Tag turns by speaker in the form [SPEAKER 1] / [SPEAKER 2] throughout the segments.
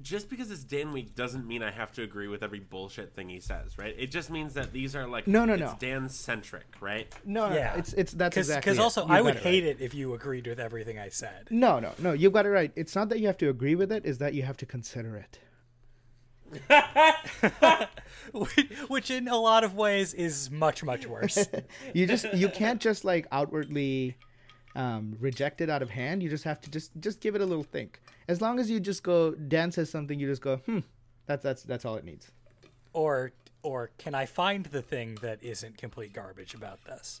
[SPEAKER 1] just because it's Dan week doesn't mean I have to agree with every bullshit thing he says, right? It just means that these are like
[SPEAKER 2] No, no,
[SPEAKER 1] it's
[SPEAKER 2] no.
[SPEAKER 1] Dan centric, right?
[SPEAKER 2] No, no,
[SPEAKER 3] Yeah.
[SPEAKER 2] it's it's that's
[SPEAKER 3] Because
[SPEAKER 2] exactly. it.
[SPEAKER 3] also,
[SPEAKER 2] You
[SPEAKER 3] I
[SPEAKER 2] got
[SPEAKER 3] would
[SPEAKER 2] it right.
[SPEAKER 3] hate it if you agreed with everything I said.
[SPEAKER 2] No, no, no. You got it right. It's not that you have to agree with it; is that you have to consider it.
[SPEAKER 3] Which, in a lot of ways, is much, much worse.
[SPEAKER 2] You just you can't just like outwardly um, reject it out of hand. You just have to just just give it a little think. As long as you just go, Dan says something, you just go, hmm. That's that's that's all it needs.
[SPEAKER 3] or, or can I find the thing that isn't complete garbage about this?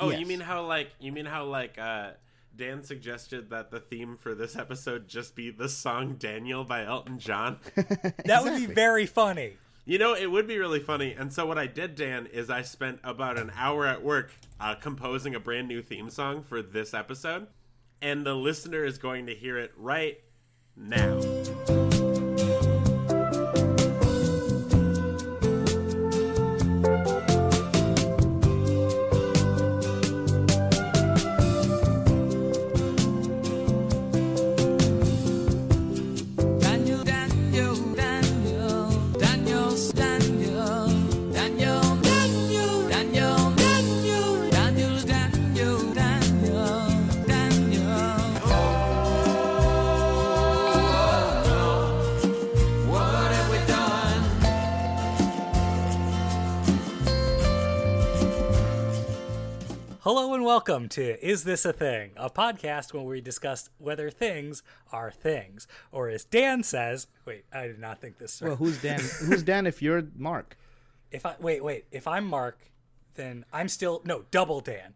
[SPEAKER 1] Oh, you
[SPEAKER 2] Yes.
[SPEAKER 1] mean how like you mean how like uh Dan suggested that the theme for this episode just be the song Daniel by Elton John.
[SPEAKER 3] That would be very funny.
[SPEAKER 1] you know, it would be really funny. And so what I did, Dan, is I spent about an hour at work uh, composing a brand new theme song for this episode, and the listener is going to hear it right now.
[SPEAKER 4] Daniel, Daniel, Daniel, Daniel, Daniel, Daniel, Daniel, Daniel, Daniel, Daniel, Daniel, Daniel, Daniel. What have we done?
[SPEAKER 3] Hello and welcome to Is This a Thing? A podcast where we discuss whether things are things. Or as Dan says, wait, I did not think this through.
[SPEAKER 2] Well, who's Dan? who's Dan if you're Mark?
[SPEAKER 3] if I wait, wait, if I'm Mark, then I'm still no double Dan.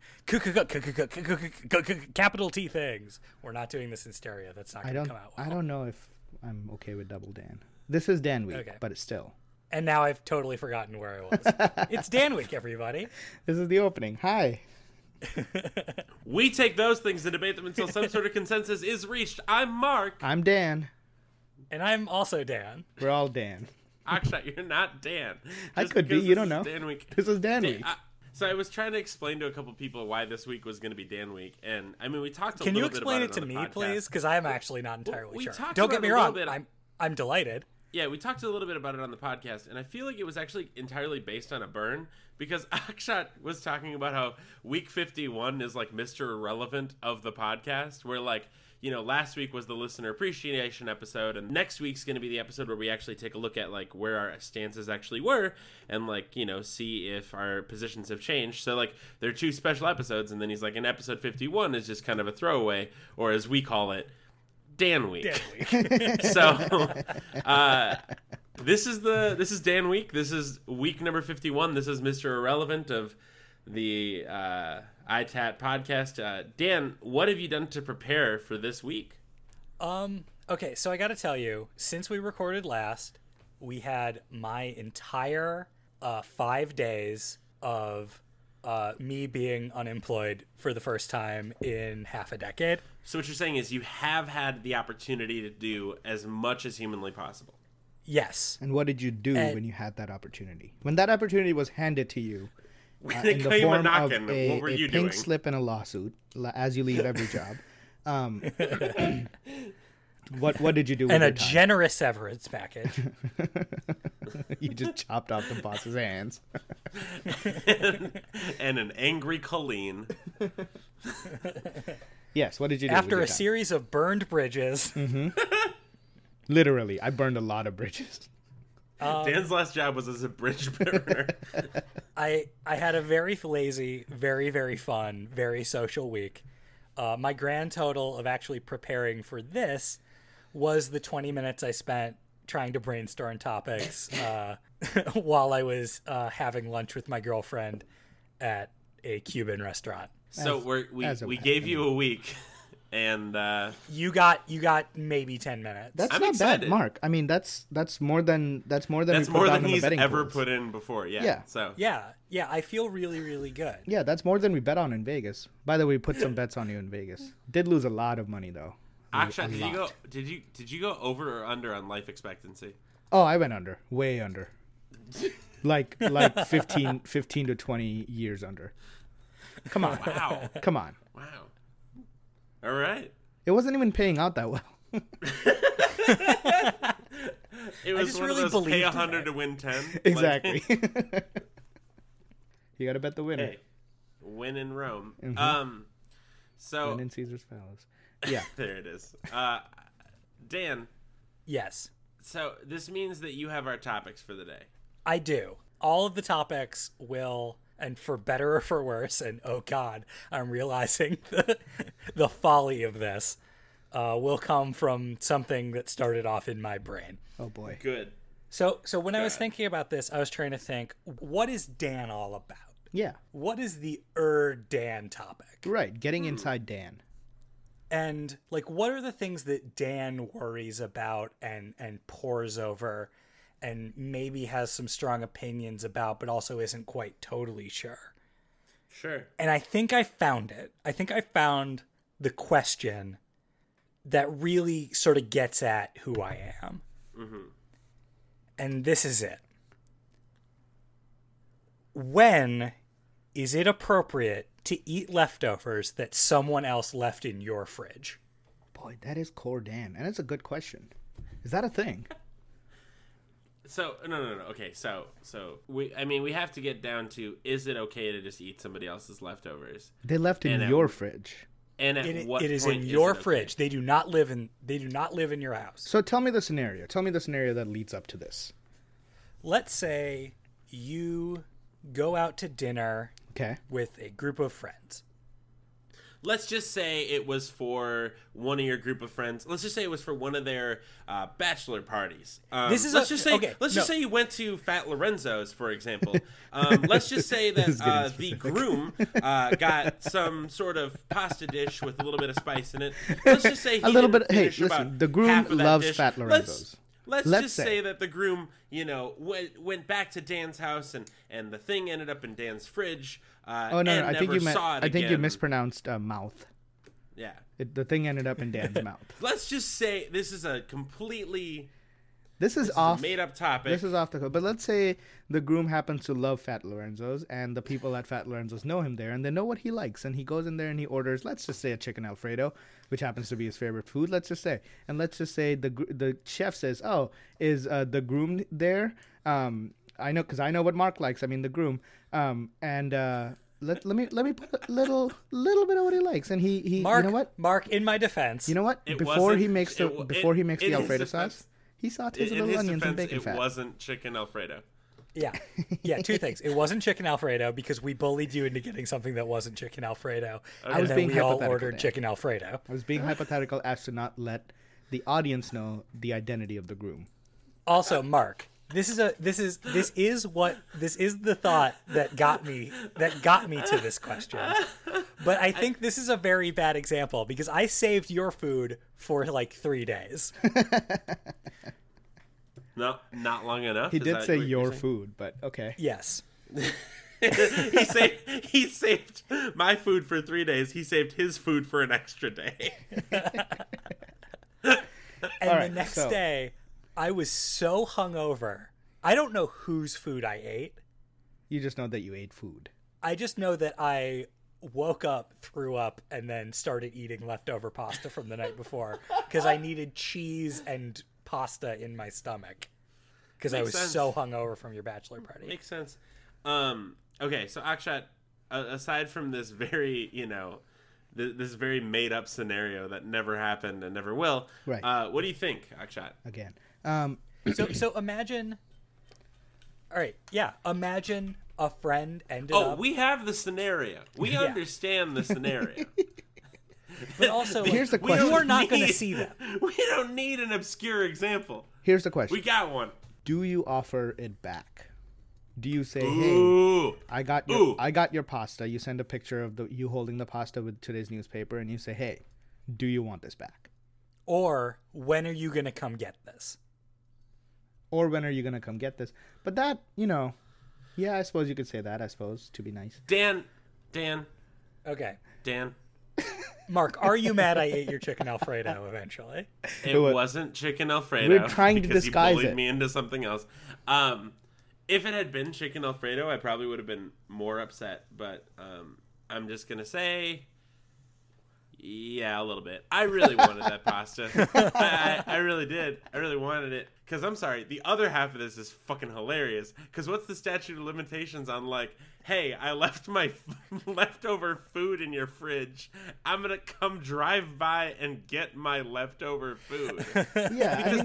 [SPEAKER 3] Capital T things. We're not doing this in stereo. That's not
[SPEAKER 2] I
[SPEAKER 3] going to
[SPEAKER 2] don't
[SPEAKER 3] come out.
[SPEAKER 2] I
[SPEAKER 3] Well.
[SPEAKER 2] don't know if I'm okay with double Dan. This is Dan week,
[SPEAKER 3] Okay.
[SPEAKER 2] but it's still.
[SPEAKER 3] And now I've totally forgotten where I was. it's Dan week, everybody.
[SPEAKER 2] This is the opening. Hi.
[SPEAKER 1] We take those things and debate them until some sort of consensus is reached. I'm Mark.
[SPEAKER 2] I'm Dan.
[SPEAKER 3] And I'm also Dan.
[SPEAKER 2] We're all Dan.
[SPEAKER 1] Akshat, you're not Dan.
[SPEAKER 2] I
[SPEAKER 1] Just
[SPEAKER 2] could be.
[SPEAKER 1] because
[SPEAKER 2] You
[SPEAKER 1] this
[SPEAKER 2] don't know.
[SPEAKER 1] is Dan week.
[SPEAKER 2] This is Dan week.
[SPEAKER 1] I- so I was trying to explain to a couple people why this week was going to be Dan week, and I mean we talked. A
[SPEAKER 3] Can you
[SPEAKER 1] little bit
[SPEAKER 3] explain
[SPEAKER 1] about
[SPEAKER 3] it to
[SPEAKER 1] on the
[SPEAKER 3] me,
[SPEAKER 1] podcast.
[SPEAKER 3] please? Because I'm actually not entirely
[SPEAKER 1] we
[SPEAKER 3] sure.
[SPEAKER 1] talked
[SPEAKER 3] Don't get
[SPEAKER 1] about
[SPEAKER 3] me
[SPEAKER 1] a little
[SPEAKER 3] wrong.
[SPEAKER 1] bit-
[SPEAKER 3] I'm I'm delighted.
[SPEAKER 1] Yeah, we talked a little bit about it on the podcast, and I feel like it was actually entirely based on a burn because Akshat was talking about how week 51 is like Mr. Irrelevant of the podcast, where like, you know, last week was the listener appreciation episode, and next week's going to be the episode where we actually take a look at like where our stances actually were and like, you know, see if our positions have changed. So, like, there are two special episodes, and then he's like, and episode 51 is just kind of a throwaway, or as we call it, Dan week.
[SPEAKER 3] Dan week.
[SPEAKER 1] so uh, this is the this is Dan week. This is week number fifty one. This is Mister Irrelevant of the uh, ITAT podcast. Uh, Dan, what have you done to prepare for this week?
[SPEAKER 3] Um. Okay, so I got to tell you, since we recorded last, we had my entire uh, five days of uh, me being unemployed for the first time in half a decade.
[SPEAKER 1] So what you're saying is you have had the opportunity to do as much as humanly possible.
[SPEAKER 3] Yes,
[SPEAKER 2] and what did you do
[SPEAKER 3] and-
[SPEAKER 2] when you had that opportunity? When that opportunity was handed to you uh,
[SPEAKER 1] they
[SPEAKER 2] in the
[SPEAKER 1] call you
[SPEAKER 2] form of
[SPEAKER 1] Monacan,
[SPEAKER 2] a,
[SPEAKER 1] what were
[SPEAKER 2] a
[SPEAKER 1] you
[SPEAKER 2] pink
[SPEAKER 1] doing?
[SPEAKER 2] slip and a lawsuit, la- as you leave every job. Um, what what did you do? With
[SPEAKER 3] and
[SPEAKER 2] your
[SPEAKER 3] a
[SPEAKER 2] time?
[SPEAKER 3] generous severance package.
[SPEAKER 2] you just chopped off the boss's hands.
[SPEAKER 1] and an angry Colleen.
[SPEAKER 2] Yes. What did you do with
[SPEAKER 3] After
[SPEAKER 2] your
[SPEAKER 3] a
[SPEAKER 2] time?
[SPEAKER 3] series of burned bridges,
[SPEAKER 2] Literally, I burned a lot of bridges. Um,
[SPEAKER 1] Dan's last job was as a bridge burner.
[SPEAKER 3] I I had a very lazy, very very fun, very social week. Uh, my grand total of actually preparing for this was the 20 minutes I spent trying to brainstorm topics uh, while I was uh, having lunch with my girlfriend at a Cuban restaurant.
[SPEAKER 1] so we're, we
[SPEAKER 2] as a
[SPEAKER 1] we
[SPEAKER 2] whack,
[SPEAKER 1] gave
[SPEAKER 2] I
[SPEAKER 1] you a week, and uh,
[SPEAKER 3] You got you got maybe 10 minutes.
[SPEAKER 2] That's
[SPEAKER 1] I'm
[SPEAKER 2] not
[SPEAKER 1] excited.
[SPEAKER 2] bad, Mark. I mean, that's that's more than that's more than
[SPEAKER 1] that's
[SPEAKER 2] we put
[SPEAKER 1] more
[SPEAKER 2] down
[SPEAKER 1] than
[SPEAKER 2] on
[SPEAKER 1] he's
[SPEAKER 2] the betting
[SPEAKER 1] ever
[SPEAKER 2] pools.
[SPEAKER 1] put in before. Yeah.
[SPEAKER 2] Yeah.
[SPEAKER 1] So
[SPEAKER 3] yeah, yeah. I feel really really good.
[SPEAKER 2] Yeah, that's more than we bet on in Vegas. By the way, we put some bets on you in Vegas. Did lose a lot of money though.
[SPEAKER 1] Akshat, did you go? Did you did you go over or under on life expectancy?
[SPEAKER 2] Oh, I went under, way under. Like like 15, 15 to twenty years under. Come on,
[SPEAKER 1] Wow,
[SPEAKER 2] come on.
[SPEAKER 1] wow. All right.
[SPEAKER 2] It wasn't even paying out that well.
[SPEAKER 1] It
[SPEAKER 3] I
[SPEAKER 1] was
[SPEAKER 3] just
[SPEAKER 1] one
[SPEAKER 3] really
[SPEAKER 1] of those pay
[SPEAKER 3] believed in
[SPEAKER 1] hundred
[SPEAKER 3] it.
[SPEAKER 1] to win ten. Like,
[SPEAKER 2] exactly. you gotta bet the winner.
[SPEAKER 1] hey, win in Rome.
[SPEAKER 3] Mm-hmm.
[SPEAKER 1] Um, so
[SPEAKER 2] Win in Caesar's Palace. Yeah.
[SPEAKER 1] there it is. Uh, Dan,
[SPEAKER 3] Yes,
[SPEAKER 1] so this means that you have our topics for the day.
[SPEAKER 3] I do. All of the topics will, and for better or for worse, and oh God, I'm realizing the, the folly of this, uh, will come from something that started off in my brain.
[SPEAKER 2] Oh boy.
[SPEAKER 1] Good.
[SPEAKER 3] So, so when I was thinking about this, I was trying to think, what is Dan all about?
[SPEAKER 2] Yeah.
[SPEAKER 3] What is the er Dan topic?
[SPEAKER 2] Right. Getting inside Dan.
[SPEAKER 3] and like what are the things that Dan worries about and and pores over and maybe has some strong opinions about but also isn't quite totally sure.
[SPEAKER 1] Sure.
[SPEAKER 3] And I think I found it. I think I found the question that really sort of gets at who I am.
[SPEAKER 1] Mm-hmm.
[SPEAKER 3] And this is it. When is it appropriate to eat leftovers that someone else left in your fridge?
[SPEAKER 2] Boy, that is core Dan, and it's a good question. Is that a thing?
[SPEAKER 1] So no, no, no. Okay, so so we. I mean, we have to get down to: is it okay to just eat somebody else's leftovers?
[SPEAKER 2] They left in
[SPEAKER 1] And, um,
[SPEAKER 2] your fridge.
[SPEAKER 1] And at
[SPEAKER 3] It,
[SPEAKER 1] what
[SPEAKER 3] it is
[SPEAKER 1] point
[SPEAKER 3] in
[SPEAKER 1] is
[SPEAKER 3] your
[SPEAKER 1] it okay?
[SPEAKER 3] fridge. They do not live in they do not live in your house.
[SPEAKER 2] So tell me the scenario. Tell me the scenario that leads up to this.
[SPEAKER 3] Let's say you go out to dinner
[SPEAKER 2] Okay.
[SPEAKER 3] with a group of friends.
[SPEAKER 1] Let's just say it was for one of your group of friends. Let's just say it was for one of their uh, bachelor parties. Um,
[SPEAKER 3] This is
[SPEAKER 1] let's
[SPEAKER 3] a-
[SPEAKER 1] just say
[SPEAKER 3] okay,
[SPEAKER 1] let's just
[SPEAKER 3] no.
[SPEAKER 1] say you went to Fat Lorenzo's, for example. Um, let's just say
[SPEAKER 2] This is
[SPEAKER 1] that
[SPEAKER 2] getting
[SPEAKER 1] uh, the
[SPEAKER 2] specific.
[SPEAKER 1] groom uh, got some sort of pasta dish with a little bit of spice in it. Let's just say he
[SPEAKER 2] A little
[SPEAKER 1] didn't
[SPEAKER 2] bit- hey,
[SPEAKER 1] finish about
[SPEAKER 2] listen, the groom
[SPEAKER 1] half of that
[SPEAKER 2] loves
[SPEAKER 1] dish.
[SPEAKER 2] Fat
[SPEAKER 1] Let's-
[SPEAKER 2] Lorenzo's.
[SPEAKER 1] Let's,
[SPEAKER 2] Let's
[SPEAKER 1] just
[SPEAKER 2] say.
[SPEAKER 1] say. that the groom, you know, went, went back to Dan's house and, and the thing ended up in Dan's fridge. Uh,
[SPEAKER 2] Oh no,
[SPEAKER 1] and
[SPEAKER 2] no I
[SPEAKER 1] never
[SPEAKER 2] think you meant.
[SPEAKER 1] saw
[SPEAKER 2] I
[SPEAKER 1] it
[SPEAKER 2] think you
[SPEAKER 1] again.
[SPEAKER 2] mispronounced uh, mouth.
[SPEAKER 1] Yeah.
[SPEAKER 2] It, the thing ended up in Dan's mouth.
[SPEAKER 1] Let's just say this is a completely
[SPEAKER 2] This is off.
[SPEAKER 1] made up topic.
[SPEAKER 2] This is off the hook. But let's say the groom happens to love Fat Lorenzo's, and the people at Fat Lorenzo's know him there, and they know what he likes, and he goes in there and he orders, let's just say a chicken alfredo, which happens to be his favorite food. Let's just say, and let's just say the gr- the chef says, "Oh, is uh, the groom there?" Um, I know because I know what Mark likes. I mean the groom. Um, and uh, let let me let me put a little little bit of what he likes, and he he
[SPEAKER 3] Mark
[SPEAKER 2] you know what
[SPEAKER 3] Mark in my defense.
[SPEAKER 2] you know what
[SPEAKER 1] It
[SPEAKER 2] before he
[SPEAKER 1] wasn't-
[SPEAKER 2] makes the
[SPEAKER 1] it wa-
[SPEAKER 2] before he
[SPEAKER 1] it-
[SPEAKER 2] makes
[SPEAKER 1] in
[SPEAKER 2] the
[SPEAKER 1] his
[SPEAKER 2] alfredo
[SPEAKER 1] defense-
[SPEAKER 2] sauce. He sautees a
[SPEAKER 1] in
[SPEAKER 2] little
[SPEAKER 1] his
[SPEAKER 2] onions and
[SPEAKER 1] defense,
[SPEAKER 2] bacon
[SPEAKER 1] it
[SPEAKER 2] fat.
[SPEAKER 1] wasn't chicken Alfredo.
[SPEAKER 3] Yeah. Yeah, two things. It wasn't chicken alfredo because we bullied you into getting something that wasn't chicken alfredo. And
[SPEAKER 2] was
[SPEAKER 3] then
[SPEAKER 2] being
[SPEAKER 3] we all
[SPEAKER 2] hypothetical
[SPEAKER 3] ordered
[SPEAKER 2] there.
[SPEAKER 3] chicken alfredo.
[SPEAKER 2] I was being hypothetical as to not let the audience know the identity of the groom.
[SPEAKER 3] Also, Mark, this is a this is this is what this is the thought that got me that got me to this question. But I think this is a very bad example because I saved your food for like 3 days.
[SPEAKER 1] No, not long enough.
[SPEAKER 2] He
[SPEAKER 1] Is
[SPEAKER 2] did
[SPEAKER 1] that
[SPEAKER 2] say
[SPEAKER 1] what you're
[SPEAKER 2] your
[SPEAKER 1] saying?
[SPEAKER 2] food, but okay.
[SPEAKER 3] Yes.
[SPEAKER 1] he saved he saved my food for three days. He saved his food for an extra day.
[SPEAKER 3] And
[SPEAKER 2] All
[SPEAKER 3] the
[SPEAKER 2] right,
[SPEAKER 3] next
[SPEAKER 2] so-
[SPEAKER 3] day, I was so hungover. I don't know whose food I ate.
[SPEAKER 2] You just know that you ate food.
[SPEAKER 3] I just know that I woke up, threw up, and then started eating leftover pasta from the night before because I needed cheese and pasta in my stomach because I was
[SPEAKER 1] Makes sense.
[SPEAKER 3] so hungover from your bachelor party.
[SPEAKER 1] Makes sense. Um, okay, so Akshat, a- aside from this very, you know, th- this very made up scenario that never happened and never will,
[SPEAKER 2] Right.
[SPEAKER 1] uh, what do you think, Akshat?
[SPEAKER 2] Again. Um,
[SPEAKER 3] so, so imagine. All right, yeah. Imagine a friend ended
[SPEAKER 1] Oh,
[SPEAKER 2] uh,
[SPEAKER 3] up,
[SPEAKER 1] we have the scenario. We understand the scenario.
[SPEAKER 3] but also like,
[SPEAKER 2] Here's the
[SPEAKER 3] we- you
[SPEAKER 2] question.
[SPEAKER 3] are not going to
[SPEAKER 1] need-
[SPEAKER 3] see them.
[SPEAKER 1] We don't need an obscure example.
[SPEAKER 2] here's the question
[SPEAKER 1] We got one.
[SPEAKER 2] Do you offer it back? Do you say, hey,
[SPEAKER 1] Ooh.
[SPEAKER 2] I got your
[SPEAKER 1] Ooh.
[SPEAKER 2] I got your pasta. You send a picture of the you holding the pasta with today's newspaper and you say, Hey, do you want this back?
[SPEAKER 3] Or when are you going to come get this?
[SPEAKER 2] Or when are you gonna come get this? But that, you know, yeah, I suppose you could say that, I suppose, to be nice.
[SPEAKER 1] Dan, Dan,
[SPEAKER 3] Okay,
[SPEAKER 1] Dan.
[SPEAKER 3] Mark, are you mad I ate your chicken alfredo eventually?
[SPEAKER 1] It
[SPEAKER 2] What?
[SPEAKER 1] wasn't chicken alfredo.
[SPEAKER 2] We're trying to
[SPEAKER 1] because
[SPEAKER 2] disguise
[SPEAKER 1] you bullied
[SPEAKER 2] it.
[SPEAKER 1] me into something else. Um, if it had been chicken alfredo, I probably would have been more upset. But um, I'm just gonna say, Yeah, a little bit. I really wanted that pasta. I, I, I really did. I really wanted it. Because I'm sorry, the other half of this is fucking hilarious. Because what's the statute of limitations on, like, hey, I left my f- leftover food in your fridge. I'm going to come drive by and get my leftover food.
[SPEAKER 2] Yeah, I
[SPEAKER 1] Because
[SPEAKER 2] mean,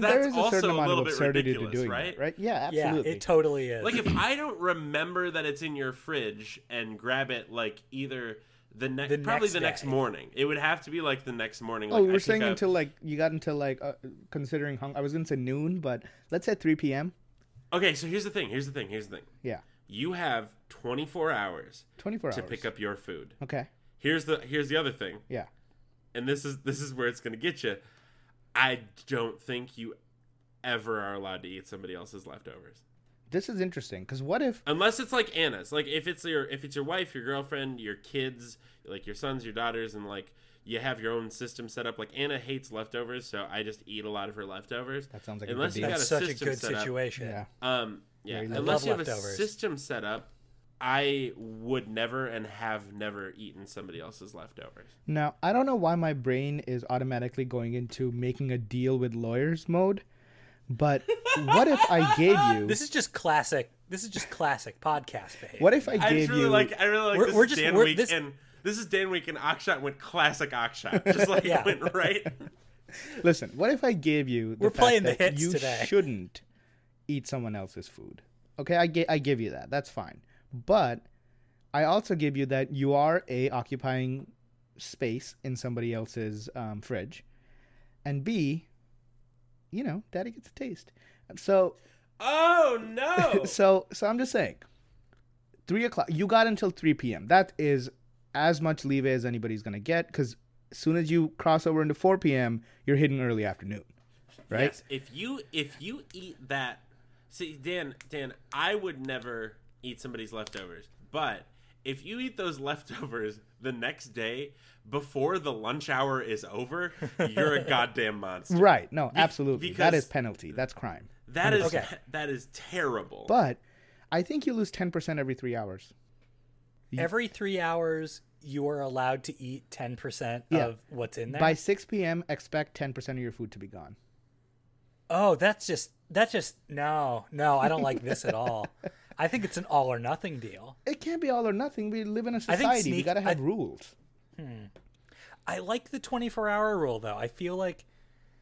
[SPEAKER 1] that's
[SPEAKER 2] there is a
[SPEAKER 1] also
[SPEAKER 2] certain
[SPEAKER 1] a
[SPEAKER 2] amount
[SPEAKER 1] little
[SPEAKER 2] of
[SPEAKER 1] bit
[SPEAKER 2] absurdity to
[SPEAKER 1] ridiculous,
[SPEAKER 2] doing
[SPEAKER 1] right?
[SPEAKER 2] that, right? Yeah,
[SPEAKER 3] Yeah,
[SPEAKER 2] absolutely.
[SPEAKER 3] it totally is.
[SPEAKER 1] like, if I don't remember that it's in your fridge and grab it, like, either. The, ne-
[SPEAKER 3] The
[SPEAKER 1] probably
[SPEAKER 3] next
[SPEAKER 1] the next
[SPEAKER 3] day.
[SPEAKER 1] morning. It would have to be like the next morning.
[SPEAKER 2] Oh,
[SPEAKER 1] like, I
[SPEAKER 2] we're
[SPEAKER 1] pick
[SPEAKER 2] saying
[SPEAKER 1] up-
[SPEAKER 2] until like you got until like uh, considering hung. I was gonna say noon, but let's say three p.m.
[SPEAKER 1] Okay, so here's the thing. Here's the thing. Here's the thing.
[SPEAKER 2] Yeah,
[SPEAKER 1] You have 24 hours
[SPEAKER 2] twenty four hours
[SPEAKER 1] to pick up your food.
[SPEAKER 2] Okay.
[SPEAKER 1] Here's the here's the other thing,
[SPEAKER 2] Yeah.
[SPEAKER 1] and this is this is where it's gonna get you. I don't think you ever are allowed to eat somebody else's leftovers,
[SPEAKER 2] This is interesting because what if
[SPEAKER 1] unless it's like Anna's. Like if it's your if it's your wife, your girlfriend, your kids, like your sons, your daughters, and like you have your own system set up. Like Anna hates leftovers, so I just eat a lot of her leftovers.
[SPEAKER 2] That sounds like a
[SPEAKER 1] unless
[SPEAKER 2] good
[SPEAKER 1] you
[SPEAKER 2] deal.
[SPEAKER 1] got a
[SPEAKER 3] that's such a
[SPEAKER 1] system
[SPEAKER 3] good
[SPEAKER 1] set up.
[SPEAKER 3] situation.
[SPEAKER 2] yeah
[SPEAKER 1] Um, yeah.
[SPEAKER 2] Very
[SPEAKER 1] Unless
[SPEAKER 3] love
[SPEAKER 1] you have a
[SPEAKER 3] leftovers.
[SPEAKER 1] system set up, I would never and have never eaten somebody else's leftovers.
[SPEAKER 2] now I don't know why my brain is automatically going into making a deal with lawyers mode, but what if I gave you
[SPEAKER 3] This is just classic. This is just classic podcast behavior.
[SPEAKER 2] what if I
[SPEAKER 1] I
[SPEAKER 2] gave
[SPEAKER 1] just really
[SPEAKER 2] you
[SPEAKER 1] like. I really like
[SPEAKER 3] We're-
[SPEAKER 1] this
[SPEAKER 3] we're
[SPEAKER 1] is
[SPEAKER 3] just-
[SPEAKER 1] Dan
[SPEAKER 3] we're-
[SPEAKER 1] Week
[SPEAKER 3] this-
[SPEAKER 1] and this is Dan Week and Akshat went classic Akshat, just like
[SPEAKER 3] Yeah.
[SPEAKER 1] went right.
[SPEAKER 2] listen? What if I gave you the
[SPEAKER 3] We're
[SPEAKER 2] fact
[SPEAKER 3] playing the
[SPEAKER 2] that
[SPEAKER 3] hits
[SPEAKER 2] you
[SPEAKER 3] today.
[SPEAKER 2] shouldn't eat someone else's food? Okay, I gi- I give you that. That's fine, but I also give you that you are a occupying space in somebody else's um, fridge, and B, you know, Daddy gets a taste. So
[SPEAKER 1] Oh no!
[SPEAKER 2] So so I'm just saying, three o'clock. You got until three p.m. That is as much leeway as anybody's gonna get because as soon as you cross over into four p.m., you're hitting early afternoon, right?
[SPEAKER 1] Yes, if you if you eat that, see Dan Dan, I would never eat somebody's leftovers, but. If you eat those leftovers the next day before the lunch hour is over, you're a goddamn monster.
[SPEAKER 2] Right. No, absolutely. that
[SPEAKER 1] because-
[SPEAKER 2] is penalty. That's crime.
[SPEAKER 1] That is
[SPEAKER 3] Okay.
[SPEAKER 1] that is terrible.
[SPEAKER 2] But I think you lose ten percent every three hours.
[SPEAKER 3] every three hours you are allowed to eat ten percent
[SPEAKER 2] Yeah.
[SPEAKER 3] of what's in there?
[SPEAKER 2] By six p.m., expect ten percent of your food to be gone.
[SPEAKER 3] oh, that's just that's just no, no. I don't like this at all. I think it's an all or nothing deal.
[SPEAKER 2] It can't be all or nothing. We live in a
[SPEAKER 3] think
[SPEAKER 2] society. we
[SPEAKER 3] sneak-
[SPEAKER 2] gotta have
[SPEAKER 3] I-
[SPEAKER 2] rules.
[SPEAKER 3] I like the 24 hour rule though. I feel like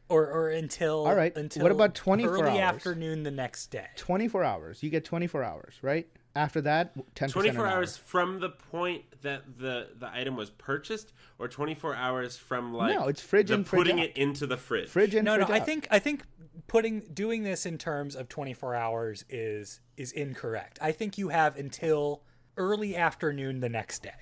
[SPEAKER 3] or or until
[SPEAKER 2] All right,
[SPEAKER 3] until
[SPEAKER 2] what about 24
[SPEAKER 3] early
[SPEAKER 2] hours?
[SPEAKER 3] afternoon the next day.
[SPEAKER 2] Twenty-four hours. You get twenty-four hours, right? After that, ten.
[SPEAKER 1] 24 hours from the point that the the item was purchased or 24 hours from like
[SPEAKER 2] No, it's fridge
[SPEAKER 1] the
[SPEAKER 2] in, fridge
[SPEAKER 1] putting
[SPEAKER 2] out.
[SPEAKER 1] it into the fridge.
[SPEAKER 2] Fridge in.
[SPEAKER 3] No, no.
[SPEAKER 2] fridge
[SPEAKER 3] I
[SPEAKER 2] out.
[SPEAKER 3] think I think putting doing this in terms of 24 hours is is incorrect. I think you have until early afternoon the next day,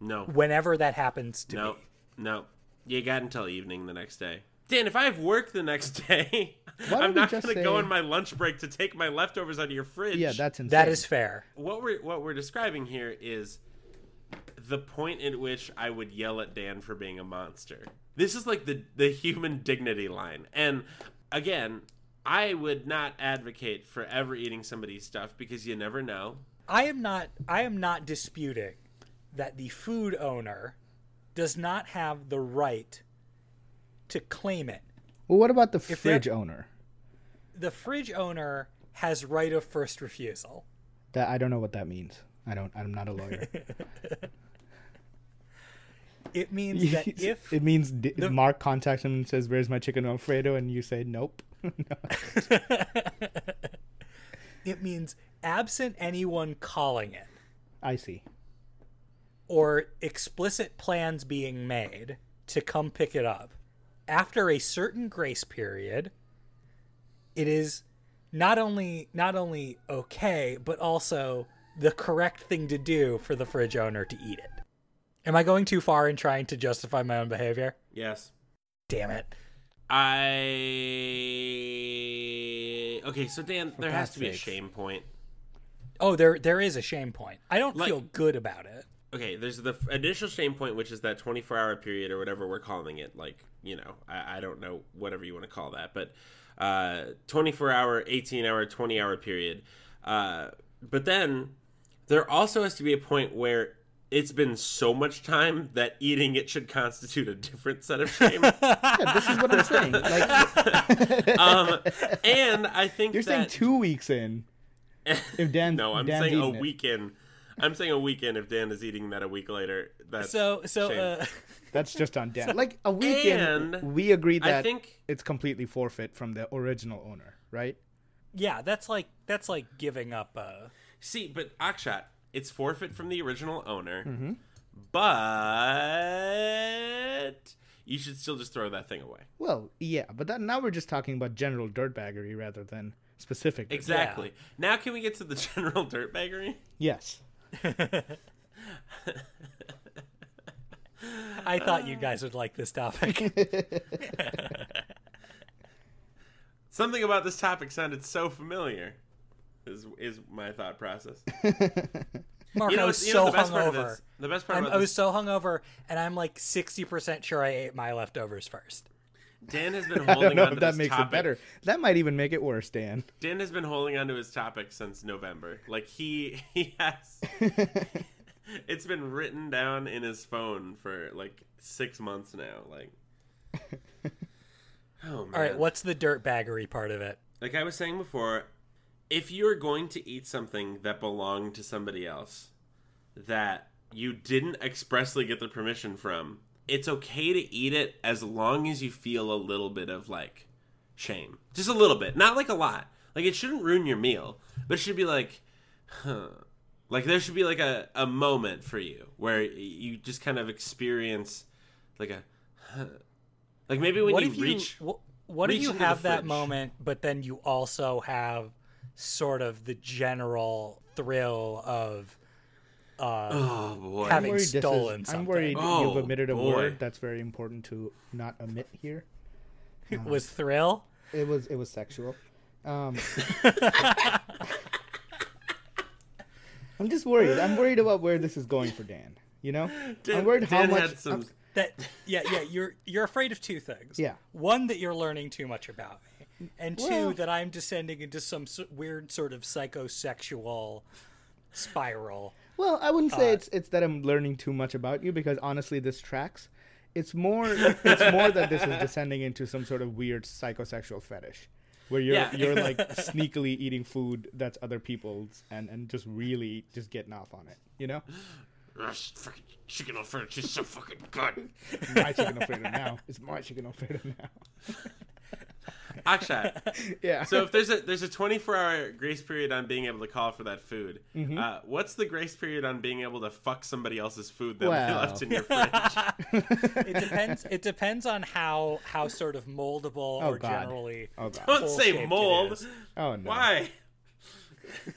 [SPEAKER 1] No.
[SPEAKER 3] whenever that happens to
[SPEAKER 1] No.
[SPEAKER 3] be.
[SPEAKER 1] No. You got until evening the next day. Dan, if I have work the next day,
[SPEAKER 2] don't
[SPEAKER 1] I'm
[SPEAKER 2] we
[SPEAKER 1] not going
[SPEAKER 2] just
[SPEAKER 1] to go
[SPEAKER 2] say-
[SPEAKER 1] on my lunch break to take my leftovers out of your fridge.
[SPEAKER 2] Yeah, that's insane.
[SPEAKER 3] That is fair.
[SPEAKER 1] what we're what we're describing here is the point at which I would yell at Dan for being a monster. This is like the the human dignity line. And again, I would not advocate for ever eating somebody's stuff because you never know.
[SPEAKER 3] I am not I am not disputing that the food owner does not have the right to claim it.
[SPEAKER 2] Well, what about the
[SPEAKER 3] they're-
[SPEAKER 2] fridge owner?
[SPEAKER 3] The fridge owner has right of first refusal.
[SPEAKER 2] That I don't know what that means. I don't. I'm not a lawyer.
[SPEAKER 3] It means that if
[SPEAKER 2] it means d- Mark contacts him and says, "Where's my chicken Alfredo?" and you say, "Nope."
[SPEAKER 3] it means absent anyone calling it
[SPEAKER 2] I see.
[SPEAKER 3] or explicit plans being made to come pick it up after a certain grace period it is not only not only okay but also the correct thing to do for the fridge owner to eat it am i going too far in trying to justify my own behavior
[SPEAKER 1] Yes.
[SPEAKER 3] damn it
[SPEAKER 1] I Okay, so Dan, there has
[SPEAKER 2] God's
[SPEAKER 1] to be a
[SPEAKER 2] sakes.
[SPEAKER 1] shame point.
[SPEAKER 3] oh there there is a shame point i don't
[SPEAKER 1] Like-
[SPEAKER 3] feel good about it
[SPEAKER 1] Okay, there's the f- initial shame point, which is that 24 hour period or whatever we're calling it. Like, you know, I, I don't know, whatever you want to call that, but uh, 24 hour, 18 hour, 20 hour period. Uh, but then there also has to be a point where it's been so much time that eating it should constitute a different set of shame.
[SPEAKER 2] Yeah, this is what I'm saying. Like
[SPEAKER 1] um, and I think
[SPEAKER 2] you're saying
[SPEAKER 1] that,
[SPEAKER 2] two weeks in. If Dan,
[SPEAKER 1] No, I'm
[SPEAKER 2] Dan's
[SPEAKER 1] saying a
[SPEAKER 2] eating it.
[SPEAKER 1] week in. I'm saying a week in if Dan is eating that a week later. That's
[SPEAKER 3] So so
[SPEAKER 1] shame.
[SPEAKER 3] uh,
[SPEAKER 2] That's just on Dan. Like a weekend,
[SPEAKER 1] And
[SPEAKER 2] we agree
[SPEAKER 1] I
[SPEAKER 2] that
[SPEAKER 1] think
[SPEAKER 2] it's completely forfeit from the original owner, right?
[SPEAKER 3] yeah, that's like that's like giving up. Uh,
[SPEAKER 1] See, but Akshat, it's forfeit from the original owner,
[SPEAKER 2] Mm-hmm.
[SPEAKER 1] but you should still just throw that thing away.
[SPEAKER 2] Well, yeah, but that now we're just talking about general dirtbaggery rather than specific. dirtbag-
[SPEAKER 1] Exactly. Now, can we get to the general dirtbaggery?
[SPEAKER 2] Yes.
[SPEAKER 3] I thought you guys would like this topic.
[SPEAKER 1] Something about this topic sounded so familiar. Is is my thought process?
[SPEAKER 3] Mark, I was
[SPEAKER 1] it's- the
[SPEAKER 3] so
[SPEAKER 1] best part of
[SPEAKER 3] hungover.
[SPEAKER 1] this- The best part
[SPEAKER 3] I'm,
[SPEAKER 1] about
[SPEAKER 3] I
[SPEAKER 1] this
[SPEAKER 3] was so hungover, and I'm like sixty percent sure I ate my leftovers first.
[SPEAKER 1] Dan has been
[SPEAKER 2] I don't
[SPEAKER 1] holding
[SPEAKER 2] know
[SPEAKER 1] on
[SPEAKER 2] if
[SPEAKER 1] to
[SPEAKER 2] that
[SPEAKER 1] this
[SPEAKER 2] makes
[SPEAKER 1] topic.
[SPEAKER 2] it better. That might even make it worse, Dan.
[SPEAKER 1] Dan has been holding on to his topic since November. Like he he has it's been written down in his phone for like six months now. Like Oh man.
[SPEAKER 3] All right, what's the dirt baggery part of it?
[SPEAKER 1] like I was saying before, if you're going to eat something that belonged to somebody else that you didn't expressly get the permission from, it's okay to eat it as long as you feel a little bit of like shame. Just a little bit. Not like a lot. Like it shouldn't ruin your meal, but it should be like, huh. Like there should be like a, a moment for you where you just kind of experience like a, huh. Like maybe when
[SPEAKER 3] what
[SPEAKER 1] you
[SPEAKER 3] if you
[SPEAKER 1] reach.
[SPEAKER 3] wh- what if
[SPEAKER 1] reach
[SPEAKER 3] you
[SPEAKER 1] into the
[SPEAKER 3] have that
[SPEAKER 1] fridge.
[SPEAKER 3] moment, but then you also have sort of the general thrill of uh,
[SPEAKER 1] oh boy.
[SPEAKER 3] having
[SPEAKER 2] worried this is-
[SPEAKER 3] stolen something?
[SPEAKER 2] I'm worried
[SPEAKER 1] Oh,
[SPEAKER 2] you've omitted a
[SPEAKER 1] boy.
[SPEAKER 2] word that's very important to not omit here.
[SPEAKER 3] was thrill.
[SPEAKER 2] It was it was sexual. Um, I'm just worried. I'm worried about where this is going for Dan. You know,
[SPEAKER 1] Dan-
[SPEAKER 2] I'm worried how
[SPEAKER 1] Dan
[SPEAKER 2] much.
[SPEAKER 1] had some-
[SPEAKER 2] I'm-
[SPEAKER 3] That yeah yeah you're you're afraid of two things.
[SPEAKER 2] Yeah.
[SPEAKER 3] one that you're learning too much about, me, and two
[SPEAKER 2] Well-
[SPEAKER 3] that I'm descending into some s- weird sort of psychosexual spiral.
[SPEAKER 2] well, I wouldn't say it's it's that I'm learning too much about you because honestly, this tracks. It's more it's more that this is descending into some sort of weird psychosexual fetish, where you're
[SPEAKER 1] Yeah.
[SPEAKER 2] you're like sneakily eating food that's other people's and and just really just getting off on it. You know,
[SPEAKER 1] Ugh, Ah, fucking chicken alfredo is so fucking good.
[SPEAKER 2] my chicken alfredo now. It's my chicken alfredo now.
[SPEAKER 1] Akshat,
[SPEAKER 2] Yeah.
[SPEAKER 1] so if there's a there's a 24 hour grace period on being able to call for that food,
[SPEAKER 3] Mm-hmm.
[SPEAKER 1] uh, what's the grace period on being able to fuck somebody else's food that they
[SPEAKER 2] Wow.
[SPEAKER 1] left in your fridge?
[SPEAKER 3] It depends. it depends on how how sort of moldable or
[SPEAKER 2] God.
[SPEAKER 3] generally.
[SPEAKER 2] oh god.
[SPEAKER 1] Don't
[SPEAKER 3] Bullshit
[SPEAKER 1] say
[SPEAKER 3] it
[SPEAKER 1] mold.
[SPEAKER 3] is.
[SPEAKER 2] Oh no!
[SPEAKER 1] Why?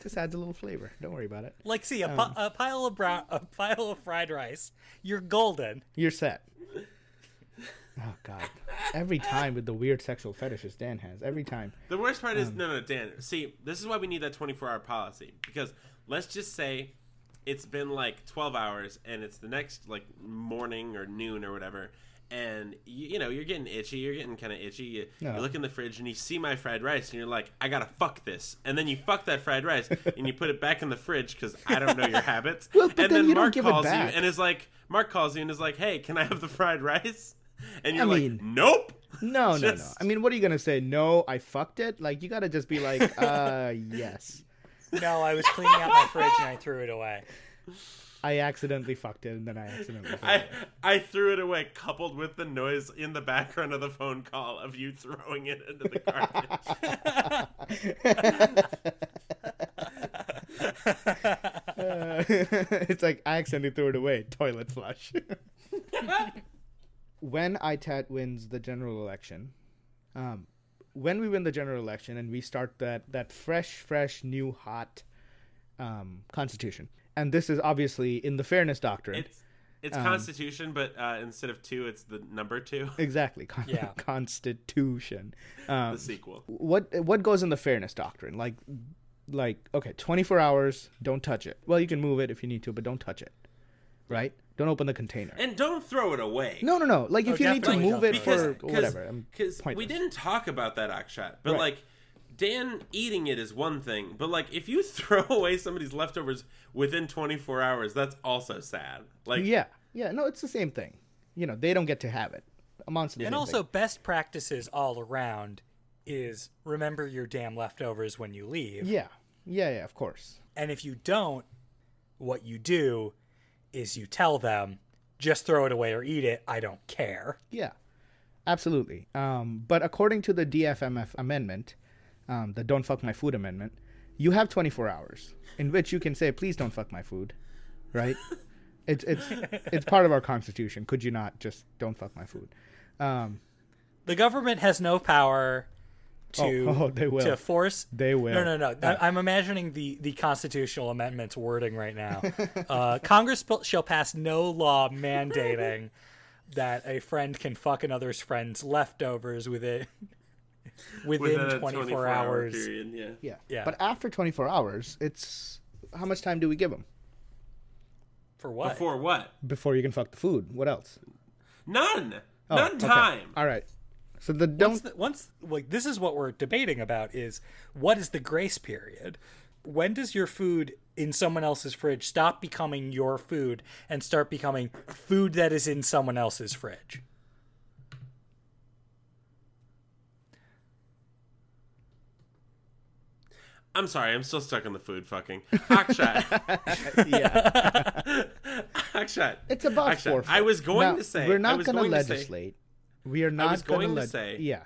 [SPEAKER 2] Just adds a little flavor. Don't worry about it.
[SPEAKER 3] Like, see
[SPEAKER 2] Oh.
[SPEAKER 3] a, pi- a pile of brown, a pile of fried rice. You're golden.
[SPEAKER 2] You're set. Oh god! Every time with the weird sexual fetishes Dan has. Every time.
[SPEAKER 1] The worst part
[SPEAKER 2] Um.
[SPEAKER 1] is no, no, Dan. See, this is why we need that 24 hour policy because let's just say it's been like 12 hours and it's the next like morning or noon or whatever, and you, you know you're getting itchy, you're getting kind of itchy. You,
[SPEAKER 2] Yeah.
[SPEAKER 1] you look in the fridge and you see my fried rice and you're like, I gotta fuck this, and then you fuck that fried rice and you put it back in the fridge because I don't know your habits.
[SPEAKER 2] Well, but
[SPEAKER 1] and
[SPEAKER 2] then you don't
[SPEAKER 1] Mark
[SPEAKER 2] give it
[SPEAKER 1] calls
[SPEAKER 2] back.
[SPEAKER 1] you and is like, Mark calls you and is like, Hey, can I have the fried rice? And you're
[SPEAKER 2] mean-
[SPEAKER 1] like, Nope.
[SPEAKER 2] No, no, no.
[SPEAKER 1] Just-
[SPEAKER 2] I mean, what are you gonna say? No, I fucked it. Like you gotta just be like, uh, yes,
[SPEAKER 3] No, I was cleaning out my fridge and I threw it away.
[SPEAKER 2] I accidentally fucked it, and then I accidentally. Fucked
[SPEAKER 1] I
[SPEAKER 2] it.
[SPEAKER 1] I threw it away, coupled with the noise in the background of the phone call of you throwing it into the garbage.
[SPEAKER 2] Uh, it's like I accidentally threw it away. Toilet flush. when ITAT wins the general election, um, when we win the general election and we start that that fresh, fresh, new, hot um, constitution, and this is obviously in the fairness doctrine.
[SPEAKER 1] it's it's
[SPEAKER 2] Um,
[SPEAKER 1] Constitution, but uh, instead of two, it's the number two,
[SPEAKER 2] exactly con-
[SPEAKER 3] Yeah.
[SPEAKER 2] constitution. Um,
[SPEAKER 1] the sequel.
[SPEAKER 2] what what goes in the fairness doctrine like like okay 24 hours don't touch it well you can move it if you need to but don't touch it right don't open the container
[SPEAKER 1] And don't throw it away.
[SPEAKER 2] no no no like if
[SPEAKER 3] Oh,
[SPEAKER 2] you need to
[SPEAKER 3] definitely
[SPEAKER 2] move
[SPEAKER 3] don't
[SPEAKER 2] it
[SPEAKER 3] throw it
[SPEAKER 2] for
[SPEAKER 1] because
[SPEAKER 2] whatever I'm
[SPEAKER 1] because we
[SPEAKER 2] pointless.
[SPEAKER 1] didn't talk about that Akshat, but
[SPEAKER 2] Right.
[SPEAKER 1] like Dan eating it is one thing, but like if you throw away somebody's leftovers within 24 hours, that's also sad. Like
[SPEAKER 2] Yeah, yeah. No, it's the same thing. You know, they don't get to have it. Amounts to the
[SPEAKER 3] And
[SPEAKER 2] same
[SPEAKER 3] also,
[SPEAKER 2] thing.
[SPEAKER 3] best practices all around is remember your damn leftovers when you leave.
[SPEAKER 2] yeah, yeah, yeah. Of course.
[SPEAKER 3] And if you don't, what you do is you tell them, just throw it away or eat it. I don't care.
[SPEAKER 2] Yeah, absolutely. Um, but according to the DFMF amendment, um, the "Don't Fuck My Food" amendment, you have 24 hours in which you can say, "Please don't fuck my food," right? it's it's it's part of our constitution. Could you not just don't fuck my food? Um,
[SPEAKER 3] The government has no power to
[SPEAKER 2] Oh, oh, they will.
[SPEAKER 3] to force.
[SPEAKER 2] They will.
[SPEAKER 3] No, no, no. I, I'm imagining the the constitutional amendment's wording right now. uh, Congress p- shall pass no law mandating that a friend can fuck another's friend's leftovers within within,
[SPEAKER 1] within a
[SPEAKER 3] 24,
[SPEAKER 1] 24 hour
[SPEAKER 3] hours.
[SPEAKER 1] period, yeah.
[SPEAKER 2] yeah.
[SPEAKER 3] Yeah.
[SPEAKER 2] But after 24 hours, it's how much time do we give them
[SPEAKER 3] For what?
[SPEAKER 1] Before what?
[SPEAKER 2] before you can fuck the food? What else?
[SPEAKER 1] None.
[SPEAKER 2] Oh,
[SPEAKER 1] None
[SPEAKER 2] okay.
[SPEAKER 1] time.
[SPEAKER 2] All right. So the
[SPEAKER 3] once,
[SPEAKER 2] don't
[SPEAKER 3] the, once like this is what we're debating about is what is the grace period when does your food in someone else's fridge stop becoming your food and start becoming food that is in someone else's fridge
[SPEAKER 1] I'm sorry, I'm still stuck on the food fucking. Akshat.
[SPEAKER 2] yeah.
[SPEAKER 1] Akshat.
[SPEAKER 2] It's about
[SPEAKER 1] Akshat,
[SPEAKER 2] forfeit.
[SPEAKER 1] I was going
[SPEAKER 2] Now,
[SPEAKER 1] to say
[SPEAKER 2] we're not
[SPEAKER 1] I was
[SPEAKER 2] gonna
[SPEAKER 1] going to say-
[SPEAKER 2] legislate. we are not
[SPEAKER 1] was
[SPEAKER 2] gonna
[SPEAKER 1] going to
[SPEAKER 2] leg-
[SPEAKER 1] say-
[SPEAKER 2] Yeah.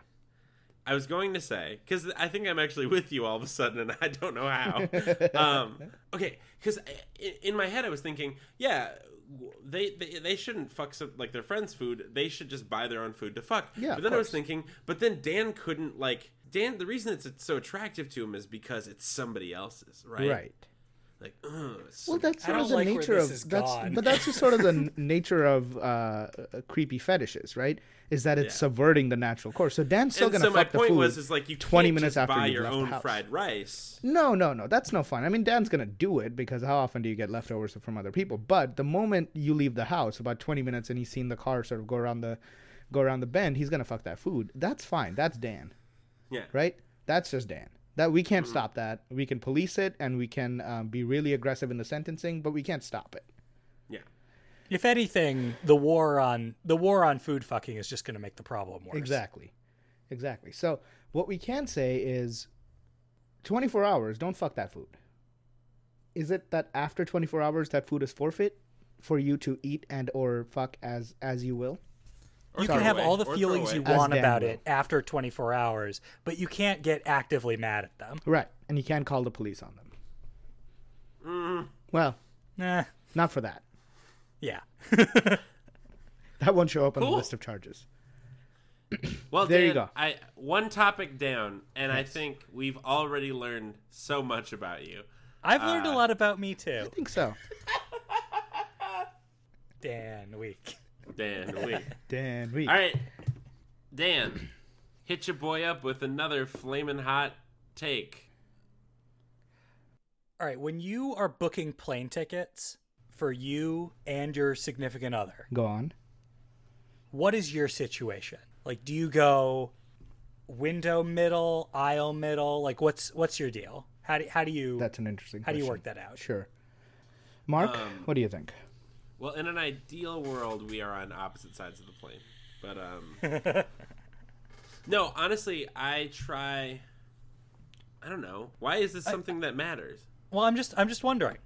[SPEAKER 1] I was going to say because I think I'm actually with you all of a sudden, and I don't know how. um, okay, because in my head I was thinking, yeah, w- they they, they shouldn't fuck some, like their friends' food. They should just buy their own food to fuck.
[SPEAKER 2] Yeah,
[SPEAKER 1] But
[SPEAKER 2] of
[SPEAKER 1] then I was
[SPEAKER 2] course.
[SPEAKER 1] thinking, but then Dan couldn't like Dan. The reason it's, it's so attractive to him is because it's somebody else's, right?
[SPEAKER 2] Right.
[SPEAKER 1] Like, ugh, it's
[SPEAKER 2] Well,
[SPEAKER 1] some-
[SPEAKER 2] that's sort
[SPEAKER 3] don't
[SPEAKER 2] of the
[SPEAKER 3] like where
[SPEAKER 2] nature
[SPEAKER 3] this
[SPEAKER 2] of
[SPEAKER 3] is
[SPEAKER 2] that's,
[SPEAKER 3] gone.
[SPEAKER 2] but that's just sort of the n- nature of uh, uh, creepy fetishes, right? Is that it's
[SPEAKER 1] Yeah.
[SPEAKER 2] subverting the natural course. So Dan's still
[SPEAKER 1] and
[SPEAKER 2] gonna
[SPEAKER 1] so my
[SPEAKER 2] fuck the
[SPEAKER 1] point
[SPEAKER 2] food.
[SPEAKER 1] was, is like you
[SPEAKER 2] 20
[SPEAKER 1] can't
[SPEAKER 2] minutes
[SPEAKER 1] just
[SPEAKER 2] after
[SPEAKER 1] buy
[SPEAKER 2] you've
[SPEAKER 1] your
[SPEAKER 2] left the
[SPEAKER 1] own
[SPEAKER 2] house.
[SPEAKER 1] fried rice.
[SPEAKER 2] No, no, no. That's no fun. I mean, Dan's gonna do it because how often do you get leftovers from other people? But the moment you leave the house, about twenty minutes, and he's seen the car sort of go around the, go around the bend, he's gonna fuck that food. That's fine. That's Dan,
[SPEAKER 1] Yeah.
[SPEAKER 2] right? That's just Dan. That we
[SPEAKER 1] Mm-hmm.
[SPEAKER 2] can't stop that. We can police it, and we can um, be really aggressive in the sentencing, but we can't stop it.
[SPEAKER 1] Yeah.
[SPEAKER 3] if anything the war on the war on food fucking is just going to make the problem worse
[SPEAKER 2] Exactly, exactly. So what we can say is, twenty four hours. Don't fuck that food. Is it that after twenty four hours that food is forfeit for you to eat and or fuck as as you will?
[SPEAKER 1] Or
[SPEAKER 3] you can
[SPEAKER 1] throw
[SPEAKER 3] have
[SPEAKER 1] away,
[SPEAKER 3] all the
[SPEAKER 1] or throw
[SPEAKER 3] feelings you
[SPEAKER 1] away.
[SPEAKER 2] As
[SPEAKER 3] want
[SPEAKER 2] Dan
[SPEAKER 3] about
[SPEAKER 2] will.
[SPEAKER 3] it after 24 hours but you can't get actively mad at them
[SPEAKER 2] Right, and you can't call the police on them.
[SPEAKER 1] Mm-hmm.
[SPEAKER 2] Well,
[SPEAKER 3] Eh,
[SPEAKER 2] not for that.
[SPEAKER 3] yeah
[SPEAKER 2] That won't show up on
[SPEAKER 1] Cool.
[SPEAKER 2] the list of charges.
[SPEAKER 1] Well,
[SPEAKER 2] There
[SPEAKER 1] Dan,
[SPEAKER 2] you go.
[SPEAKER 1] I one topic down, and I think we've already learned so much about you.
[SPEAKER 3] i've learned
[SPEAKER 1] Uh,
[SPEAKER 3] a lot about me too
[SPEAKER 2] I think so.
[SPEAKER 3] dan week
[SPEAKER 1] Dan, we.
[SPEAKER 2] Dan, we.
[SPEAKER 1] All right, Dan, hit your boy up with another flaming hot take.
[SPEAKER 3] All right, when you are booking plane tickets for you and your significant other,
[SPEAKER 2] Go on.
[SPEAKER 3] what is your situation? Like do you go window middle, aisle middle? Like what's what's your deal? How do how do you
[SPEAKER 2] That's an interesting.
[SPEAKER 3] how do you
[SPEAKER 2] question.
[SPEAKER 3] work that out?
[SPEAKER 2] Sure. Mark,
[SPEAKER 1] Um,
[SPEAKER 2] what do you think?
[SPEAKER 1] Well, in an ideal world, we are on opposite sides of the plane. But um No, honestly, I try I don't know. Why is this something that matters?
[SPEAKER 3] Well, I'm just I'm just wondering.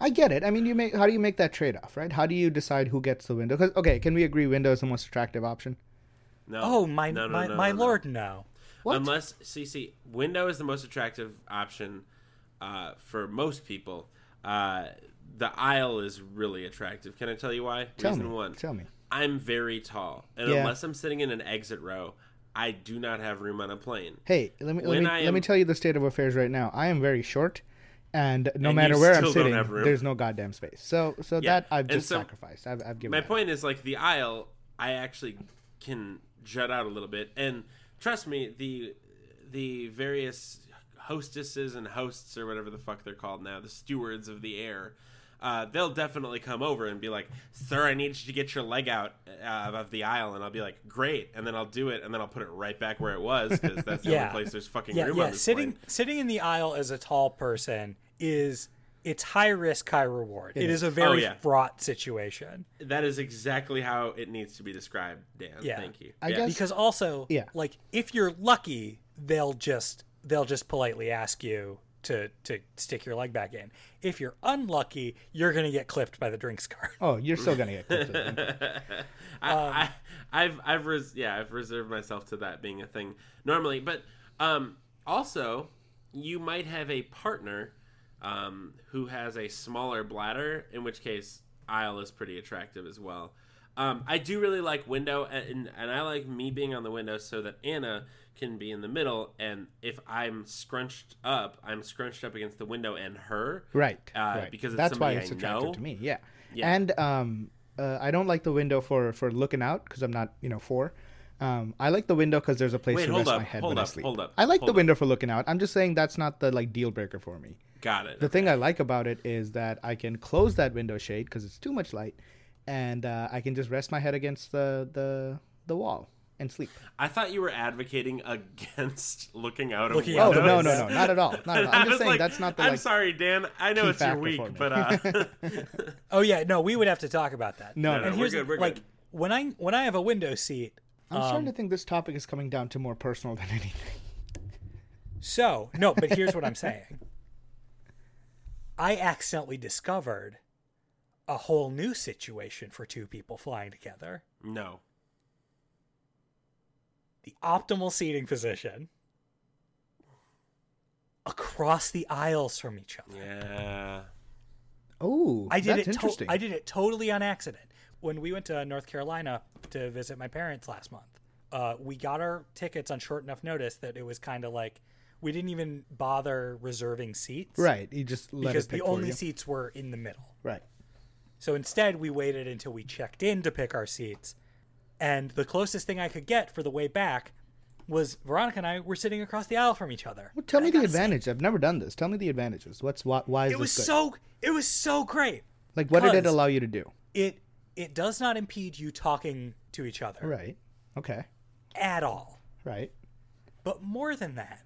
[SPEAKER 2] I get it. I mean, you make how do you make that trade off, right? How do you decide who gets the window? 'Cause- okay, can we agree window is the most attractive option?
[SPEAKER 1] No.
[SPEAKER 3] Oh, my
[SPEAKER 1] no, no,
[SPEAKER 3] my,
[SPEAKER 1] no,
[SPEAKER 3] my
[SPEAKER 1] no, no.
[SPEAKER 3] lord no.
[SPEAKER 2] What?
[SPEAKER 1] Unless, see, see, window is the most attractive option uh, for most people. Uh, the aisle is really attractive. Can I tell you why?
[SPEAKER 2] Tell
[SPEAKER 1] Reason
[SPEAKER 2] me.
[SPEAKER 1] one.
[SPEAKER 2] Tell me.
[SPEAKER 1] I'm very tall, and
[SPEAKER 2] Yeah.
[SPEAKER 1] unless I'm sitting in an exit row, I do not have room on a plane.
[SPEAKER 2] Hey, let me let
[SPEAKER 1] When
[SPEAKER 2] me,
[SPEAKER 1] I
[SPEAKER 2] let me
[SPEAKER 1] am-
[SPEAKER 2] tell you the state of affairs right now. I am very short, and no
[SPEAKER 1] you
[SPEAKER 2] matter where I'm
[SPEAKER 1] still don't
[SPEAKER 2] sitting,
[SPEAKER 1] have room.
[SPEAKER 2] there's no goddamn space. So so
[SPEAKER 1] Yeah,
[SPEAKER 2] that I've
[SPEAKER 1] and
[SPEAKER 2] just
[SPEAKER 1] so-
[SPEAKER 2] sacrificed. I've, I've given.
[SPEAKER 1] My
[SPEAKER 2] that up.
[SPEAKER 1] point is like the aisle, I actually can jut out a little bit, and trust me, the the various hostesses and hosts or whatever the fuck they're called now, the stewards of the air, uh, uh, they'll definitely come over and be like, "Sir, I need you to get your leg out uh, of the aisle," and I'll be like, "Great," and then I'll do it, and then I'll put it right back where it was because that's the
[SPEAKER 3] Yeah.
[SPEAKER 1] only place there's fucking
[SPEAKER 3] yeah,
[SPEAKER 1] room
[SPEAKER 3] yeah.
[SPEAKER 1] on this
[SPEAKER 3] Sitting
[SPEAKER 1] plane.
[SPEAKER 3] sitting in the aisle as a tall person is it's high risk, high reward. it is. a very
[SPEAKER 1] Oh, yeah.
[SPEAKER 3] fraught situation
[SPEAKER 1] That is exactly how it needs to be described, Dan.
[SPEAKER 3] Yeah.
[SPEAKER 1] Thank you.
[SPEAKER 2] I
[SPEAKER 1] Yeah.
[SPEAKER 2] guess-
[SPEAKER 3] because also,
[SPEAKER 2] Yeah.
[SPEAKER 3] like if you're lucky, they'll just they'll just politely ask you to to stick your leg back in. If you're unlucky, you're gonna get clipped by the drinks cart.
[SPEAKER 2] Oh, you're still gonna get clipped. at them.
[SPEAKER 1] I,
[SPEAKER 2] Um,
[SPEAKER 1] I, I've I've res- yeah I've reserved myself to that being a thing normally, but um, also you might have a partner um, who has a smaller bladder, in which case aisle is pretty attractive as well. Um, I do really like window, and and I like me being on the window so that Anna can be in the middle, and if I'm scrunched up, I'm scrunched up against the window and her.
[SPEAKER 2] Right.
[SPEAKER 1] Uh,
[SPEAKER 2] right.
[SPEAKER 1] because it's
[SPEAKER 2] that's why
[SPEAKER 1] somebody
[SPEAKER 2] it's
[SPEAKER 1] I
[SPEAKER 2] attractive
[SPEAKER 1] know.
[SPEAKER 2] to me. Yeah.
[SPEAKER 1] Yeah.
[SPEAKER 2] And um, uh, I don't like the window for for looking out because I'm not you know four. Um, I like the window because there's a place
[SPEAKER 1] Wait,
[SPEAKER 2] to
[SPEAKER 1] hold
[SPEAKER 2] rest
[SPEAKER 1] up,
[SPEAKER 2] my head
[SPEAKER 1] hold
[SPEAKER 2] when
[SPEAKER 1] up,
[SPEAKER 2] I sleep.
[SPEAKER 1] hold up,
[SPEAKER 2] I like the
[SPEAKER 1] hold up.
[SPEAKER 2] window for looking out. I'm just saying that's not the like deal breaker for me.
[SPEAKER 1] Got it.
[SPEAKER 2] The thing I like about it is that I can close that window shade because it's too much light, and uh, I can just rest my head against the the the wall and sleep.
[SPEAKER 1] I thought you were advocating against looking out of
[SPEAKER 3] Looking
[SPEAKER 2] Oh
[SPEAKER 3] out
[SPEAKER 1] windows.
[SPEAKER 2] no
[SPEAKER 3] the
[SPEAKER 2] no
[SPEAKER 3] windows.
[SPEAKER 2] no, not at all. Not at all.
[SPEAKER 1] I
[SPEAKER 2] I'm
[SPEAKER 1] was
[SPEAKER 2] just saying
[SPEAKER 1] like,
[SPEAKER 2] that's not the
[SPEAKER 1] I'm
[SPEAKER 2] like.
[SPEAKER 1] sorry, Dan. I know
[SPEAKER 2] key
[SPEAKER 1] it's your
[SPEAKER 2] factor
[SPEAKER 1] week,
[SPEAKER 2] for me.
[SPEAKER 1] but uh,
[SPEAKER 3] Oh yeah, no, we would have to talk about that.
[SPEAKER 2] No, No, no,
[SPEAKER 3] and
[SPEAKER 1] we're
[SPEAKER 3] here's
[SPEAKER 1] good, we're
[SPEAKER 3] like
[SPEAKER 1] good.
[SPEAKER 3] when I when I have a window seat.
[SPEAKER 2] I'm
[SPEAKER 1] Um,
[SPEAKER 2] starting to think this topic is coming down to more personal than anything.
[SPEAKER 3] So no, but here's what I'm saying. I accidentally discovered a whole new situation for two people flying together.
[SPEAKER 1] no.
[SPEAKER 3] The optimal seating position across the aisles from each other.
[SPEAKER 1] Yeah.
[SPEAKER 2] Oh,
[SPEAKER 3] I did
[SPEAKER 2] that's
[SPEAKER 3] it. To-
[SPEAKER 2] interesting.
[SPEAKER 3] I did it totally on accident. When we went to North Carolina to visit my parents last month, uh, we got our tickets on short enough notice that it was kind of like we didn't even bother reserving seats,
[SPEAKER 2] Right. You just let
[SPEAKER 3] Because
[SPEAKER 2] it pick
[SPEAKER 3] the only
[SPEAKER 2] for you.
[SPEAKER 3] seats were in the middle.
[SPEAKER 2] Right.
[SPEAKER 3] So instead, we waited until we checked in to pick our seats, and the closest thing I could get for the way back was Veronica and I were sitting across the aisle from each other.
[SPEAKER 2] Well, tell me the advantage. I've never done this. Tell me the advantages. What's why, why is
[SPEAKER 3] It was
[SPEAKER 2] this good?
[SPEAKER 3] so. It was so great.
[SPEAKER 2] like what did it
[SPEAKER 3] because-
[SPEAKER 2] allow you to do?
[SPEAKER 3] It it does not impede you talking to each other.
[SPEAKER 2] Right. Okay.
[SPEAKER 3] at all.
[SPEAKER 2] Right.
[SPEAKER 3] But more than that,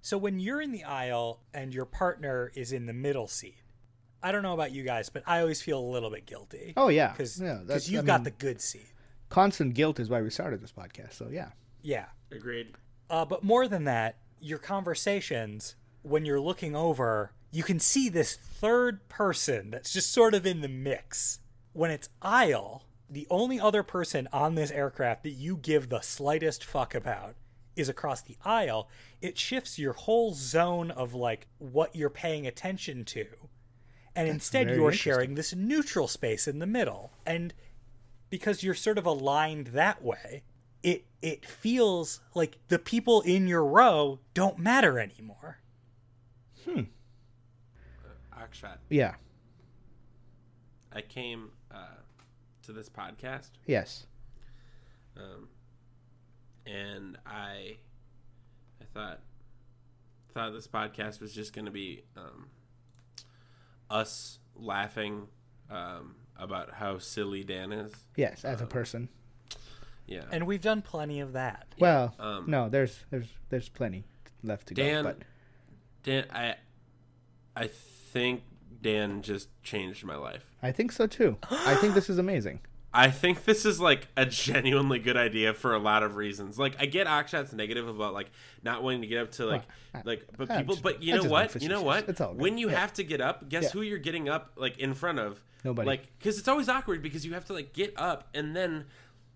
[SPEAKER 3] so when you're in the aisle and your partner is in the middle seat, I don't know about you guys, but I always feel a little bit guilty.
[SPEAKER 2] Oh, yeah.
[SPEAKER 3] because
[SPEAKER 2] Yeah, that's-
[SPEAKER 3] you've
[SPEAKER 2] I
[SPEAKER 3] got
[SPEAKER 2] mean-
[SPEAKER 3] the good seat.
[SPEAKER 2] Constant guilt is why we started this podcast. So yeah.
[SPEAKER 3] Yeah,
[SPEAKER 1] Agreed.
[SPEAKER 3] uh, but more than that, your conversations when you're looking over, you can see this third person that's just sort of in the mix. When it's aisle, the only other person on this aircraft that you give the slightest fuck about is across the aisle. It shifts your whole zone of like what you're paying attention to. And instead,
[SPEAKER 2] very
[SPEAKER 3] you're
[SPEAKER 2] interesting.
[SPEAKER 3] sharing this neutral space in the middle. And because you're sort of aligned that way, it it feels like the people in your row don't matter anymore.
[SPEAKER 1] Akshat,
[SPEAKER 2] Yeah.
[SPEAKER 1] I came uh, to this podcast
[SPEAKER 2] Yes.
[SPEAKER 1] um, and I, I thought, thought this podcast was just going to be um, us laughing um, about how silly Dan is.
[SPEAKER 2] Yes,
[SPEAKER 1] Um,
[SPEAKER 2] as a person.
[SPEAKER 1] Yeah.
[SPEAKER 3] And we've done plenty of that.
[SPEAKER 2] Well,
[SPEAKER 1] um,
[SPEAKER 2] no, there's there's there's plenty left to
[SPEAKER 1] Dan,
[SPEAKER 2] go. But
[SPEAKER 1] Dan, I, I think Dan just changed my life.
[SPEAKER 2] I think so too. I think this is amazing.
[SPEAKER 1] I think this is like a genuinely good idea for a lot of reasons. Like I get Akshat's negative about like not wanting to get up to like
[SPEAKER 2] Well, I-
[SPEAKER 1] like but
[SPEAKER 2] I'm
[SPEAKER 1] people
[SPEAKER 2] just-
[SPEAKER 1] but you
[SPEAKER 2] I'm
[SPEAKER 1] know
[SPEAKER 2] just
[SPEAKER 1] what?
[SPEAKER 2] being
[SPEAKER 1] You know
[SPEAKER 2] facetious.
[SPEAKER 1] what?
[SPEAKER 2] It's all good.
[SPEAKER 1] When you
[SPEAKER 2] Yeah.
[SPEAKER 1] have to get up, guess
[SPEAKER 2] Yeah.
[SPEAKER 1] who you're getting up like in front of?
[SPEAKER 2] Nobody.
[SPEAKER 1] Like cuz it's always awkward because you have to like get up and then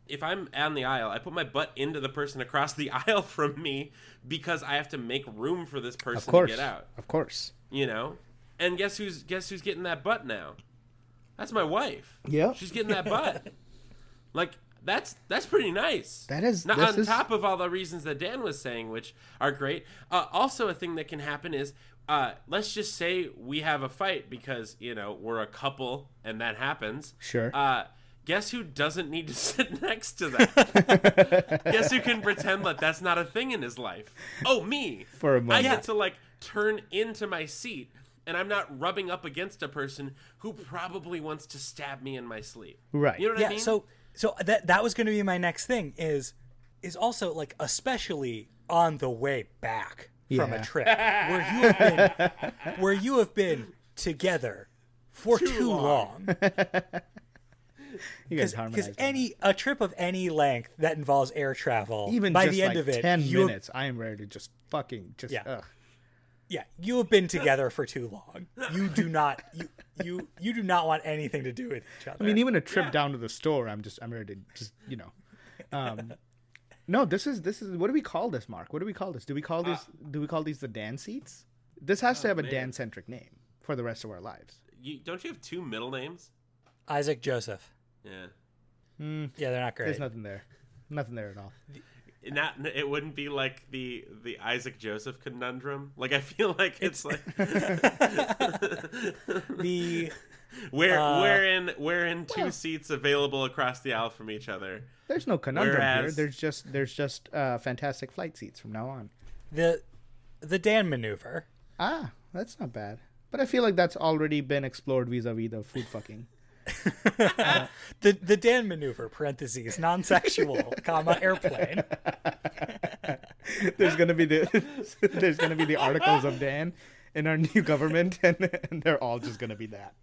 [SPEAKER 1] if I'm on the aisle, I put my butt into the person across the aisle from me because I have to make room for this
[SPEAKER 2] Of
[SPEAKER 1] person to
[SPEAKER 2] course.
[SPEAKER 1] get out,
[SPEAKER 2] Of course.
[SPEAKER 1] you know? And guess who's guess who's getting that butt now? That's my wife.
[SPEAKER 2] Yeah.
[SPEAKER 1] She's getting that butt. like that's that's pretty nice.
[SPEAKER 2] That is-
[SPEAKER 1] not
[SPEAKER 2] this
[SPEAKER 1] on
[SPEAKER 2] is-
[SPEAKER 1] top of all the reasons that Dan was saying, which are great. Uh, also, a thing that can happen is uh, let's just say we have a fight because you know we're a couple and that happens.
[SPEAKER 2] Sure.
[SPEAKER 1] Uh, guess who doesn't need to sit next to that? guess who can pretend that that's not a thing in his life? Oh, me.
[SPEAKER 2] For a
[SPEAKER 1] I
[SPEAKER 2] moment.
[SPEAKER 1] get to like turn into my seat. and I'm not rubbing up against a person who probably wants to stab me in my sleep.
[SPEAKER 2] Right.
[SPEAKER 1] You know what
[SPEAKER 3] yeah
[SPEAKER 1] I mean?
[SPEAKER 3] so so that that was going to be my next thing is is also like especially on the way back from a
[SPEAKER 2] Yeah.
[SPEAKER 3] trip where you have been where you have been together for too, long
[SPEAKER 2] You guys
[SPEAKER 3] because
[SPEAKER 2] harmonized. on
[SPEAKER 3] any a trip of any length that involves air travel
[SPEAKER 2] that. even
[SPEAKER 3] by
[SPEAKER 2] just
[SPEAKER 3] the end
[SPEAKER 2] like
[SPEAKER 3] of it
[SPEAKER 2] ten
[SPEAKER 3] you have-
[SPEAKER 2] minutes, I am ready to just fucking just.
[SPEAKER 3] Yeah.
[SPEAKER 2] Ugh.
[SPEAKER 3] yeah you have been together for too long you do not you you you do not want anything to do with each other
[SPEAKER 2] I mean, even a trip down to the store, I'm just I'm ready to just you know. Um, no, this is this is what do we call this, Mark? What do we call this? Do we call these do we call these the Dan seats? This has to have a Dan centric name for the rest of our lives.
[SPEAKER 1] you, don't you have two middle names?
[SPEAKER 3] isaac joseph
[SPEAKER 1] Yeah.
[SPEAKER 3] yeah they're not great
[SPEAKER 2] There's nothing there, nothing there at all.
[SPEAKER 1] not it wouldn't be like the the Isaac Joseph conundrum. Like I feel like it's, like
[SPEAKER 3] the
[SPEAKER 1] where
[SPEAKER 3] uh,
[SPEAKER 1] wherein wherein two seats available across the aisle from each other.
[SPEAKER 2] There's no conundrum here.
[SPEAKER 1] Whereas-
[SPEAKER 2] There's just there's just uh, fantastic flight seats from now on.
[SPEAKER 3] the the Dan maneuver.
[SPEAKER 2] Ah, that's not bad. But I feel like that's already been explored vis-a-vis the food fucking.
[SPEAKER 3] The the Dan maneuver parentheses non-sexual comma airplane.
[SPEAKER 2] there's gonna be the there's gonna be the articles of Dan in our new government, and, and they're all just gonna be that.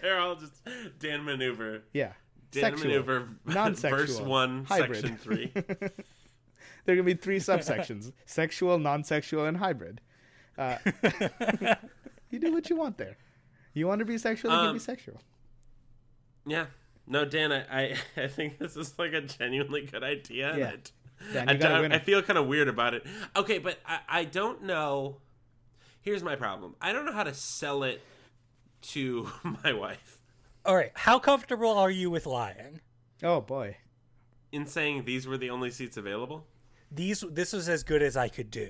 [SPEAKER 1] They're all just Dan maneuver.
[SPEAKER 2] Yeah.
[SPEAKER 1] Dan maneuver
[SPEAKER 2] Non-sexual.
[SPEAKER 1] verse one
[SPEAKER 2] Hybrid.
[SPEAKER 1] section three.
[SPEAKER 2] There are going to be three subsections sexual, non sexual, and hybrid. Uh, you do what you want there. You want to be sexual, you can
[SPEAKER 1] Um,
[SPEAKER 2] be sexual.
[SPEAKER 1] Yeah. No, Dan, I, I I think this is like a genuinely good idea. and
[SPEAKER 2] Yeah.
[SPEAKER 1] I d-
[SPEAKER 2] Dan,
[SPEAKER 1] I,
[SPEAKER 2] you got a
[SPEAKER 1] don't-
[SPEAKER 2] winner.
[SPEAKER 1] I feel kind of weird about it. Okay, but I, I don't know. Here's my problem. I don't know how to sell it to my wife
[SPEAKER 3] All right, how comfortable are you with lying?
[SPEAKER 2] Oh, boy.
[SPEAKER 1] in saying these were the only seats available.
[SPEAKER 3] These this was as good as I could do.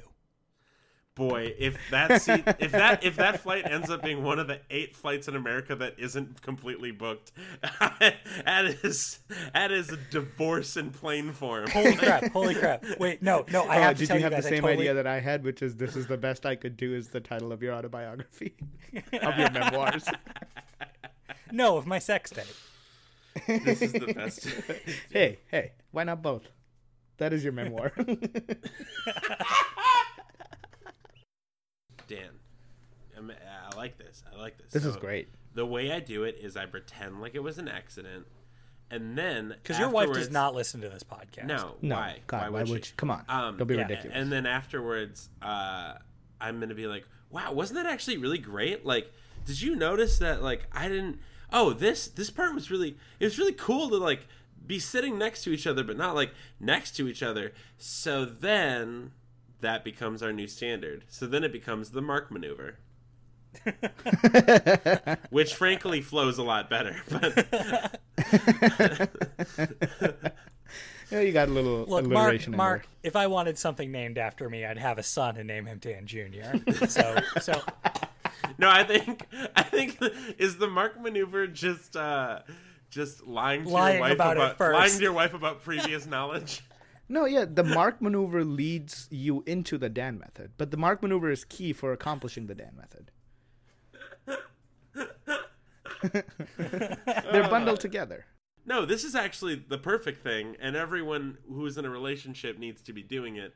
[SPEAKER 1] Boy, if that seat, if that if that flight ends up being one of the eight flights in America that isn't completely booked, that is that is a divorce in plain form.
[SPEAKER 3] Holy crap! Holy crap! Wait, no, no, I have
[SPEAKER 2] oh,
[SPEAKER 3] to
[SPEAKER 2] did
[SPEAKER 3] tell
[SPEAKER 2] you
[SPEAKER 3] you,
[SPEAKER 2] have
[SPEAKER 3] guys,
[SPEAKER 2] the same
[SPEAKER 3] I totally,
[SPEAKER 2] idea that I had, which is this is the best I could do is the title of your autobiography, of your memoirs.
[SPEAKER 3] no of my sex tape.
[SPEAKER 1] This is the best.
[SPEAKER 2] hey, hey, why not both? That is your memoir.
[SPEAKER 1] Dan, I'm- I like this. I like this.
[SPEAKER 2] this is
[SPEAKER 1] So,
[SPEAKER 2] great.
[SPEAKER 1] The way I do it is I pretend like it was an accident, and then
[SPEAKER 3] Because your wife does
[SPEAKER 1] afterwards-
[SPEAKER 3] not listen to this podcast.
[SPEAKER 1] No,
[SPEAKER 2] No,
[SPEAKER 1] why?
[SPEAKER 2] God, why, would,
[SPEAKER 1] she?
[SPEAKER 2] you? Come on,
[SPEAKER 1] Um,
[SPEAKER 2] don't be
[SPEAKER 3] yeah,
[SPEAKER 2] ridiculous.
[SPEAKER 1] And then afterwards, uh, I'm gonna be like, "Wow, wasn't that actually really great? Like, did you notice that? Like, I didn't. Oh, this this part was really. It was really cool to like be sitting next to each other, but not like next to each other. So then that becomes our new standard. So then it becomes the mark maneuver. Which frankly flows a lot better, but
[SPEAKER 2] yeah, you got a little
[SPEAKER 3] Look, Mark,
[SPEAKER 2] alliteration. in there.
[SPEAKER 3] Mark, if I wanted something named after me, I'd have a son and name him Dan Junior. So, so
[SPEAKER 1] no, I think I think is the mark maneuver just uh just lying to
[SPEAKER 3] Lying
[SPEAKER 1] your wife
[SPEAKER 3] about it first.
[SPEAKER 1] lying to your wife about previous knowledge.
[SPEAKER 2] No, yeah, the mark maneuver leads you into the Dan method, but the mark maneuver is key for accomplishing the Dan method. They're bundled together.
[SPEAKER 1] No, this is actually the perfect thing, and everyone who's in a relationship needs to be doing it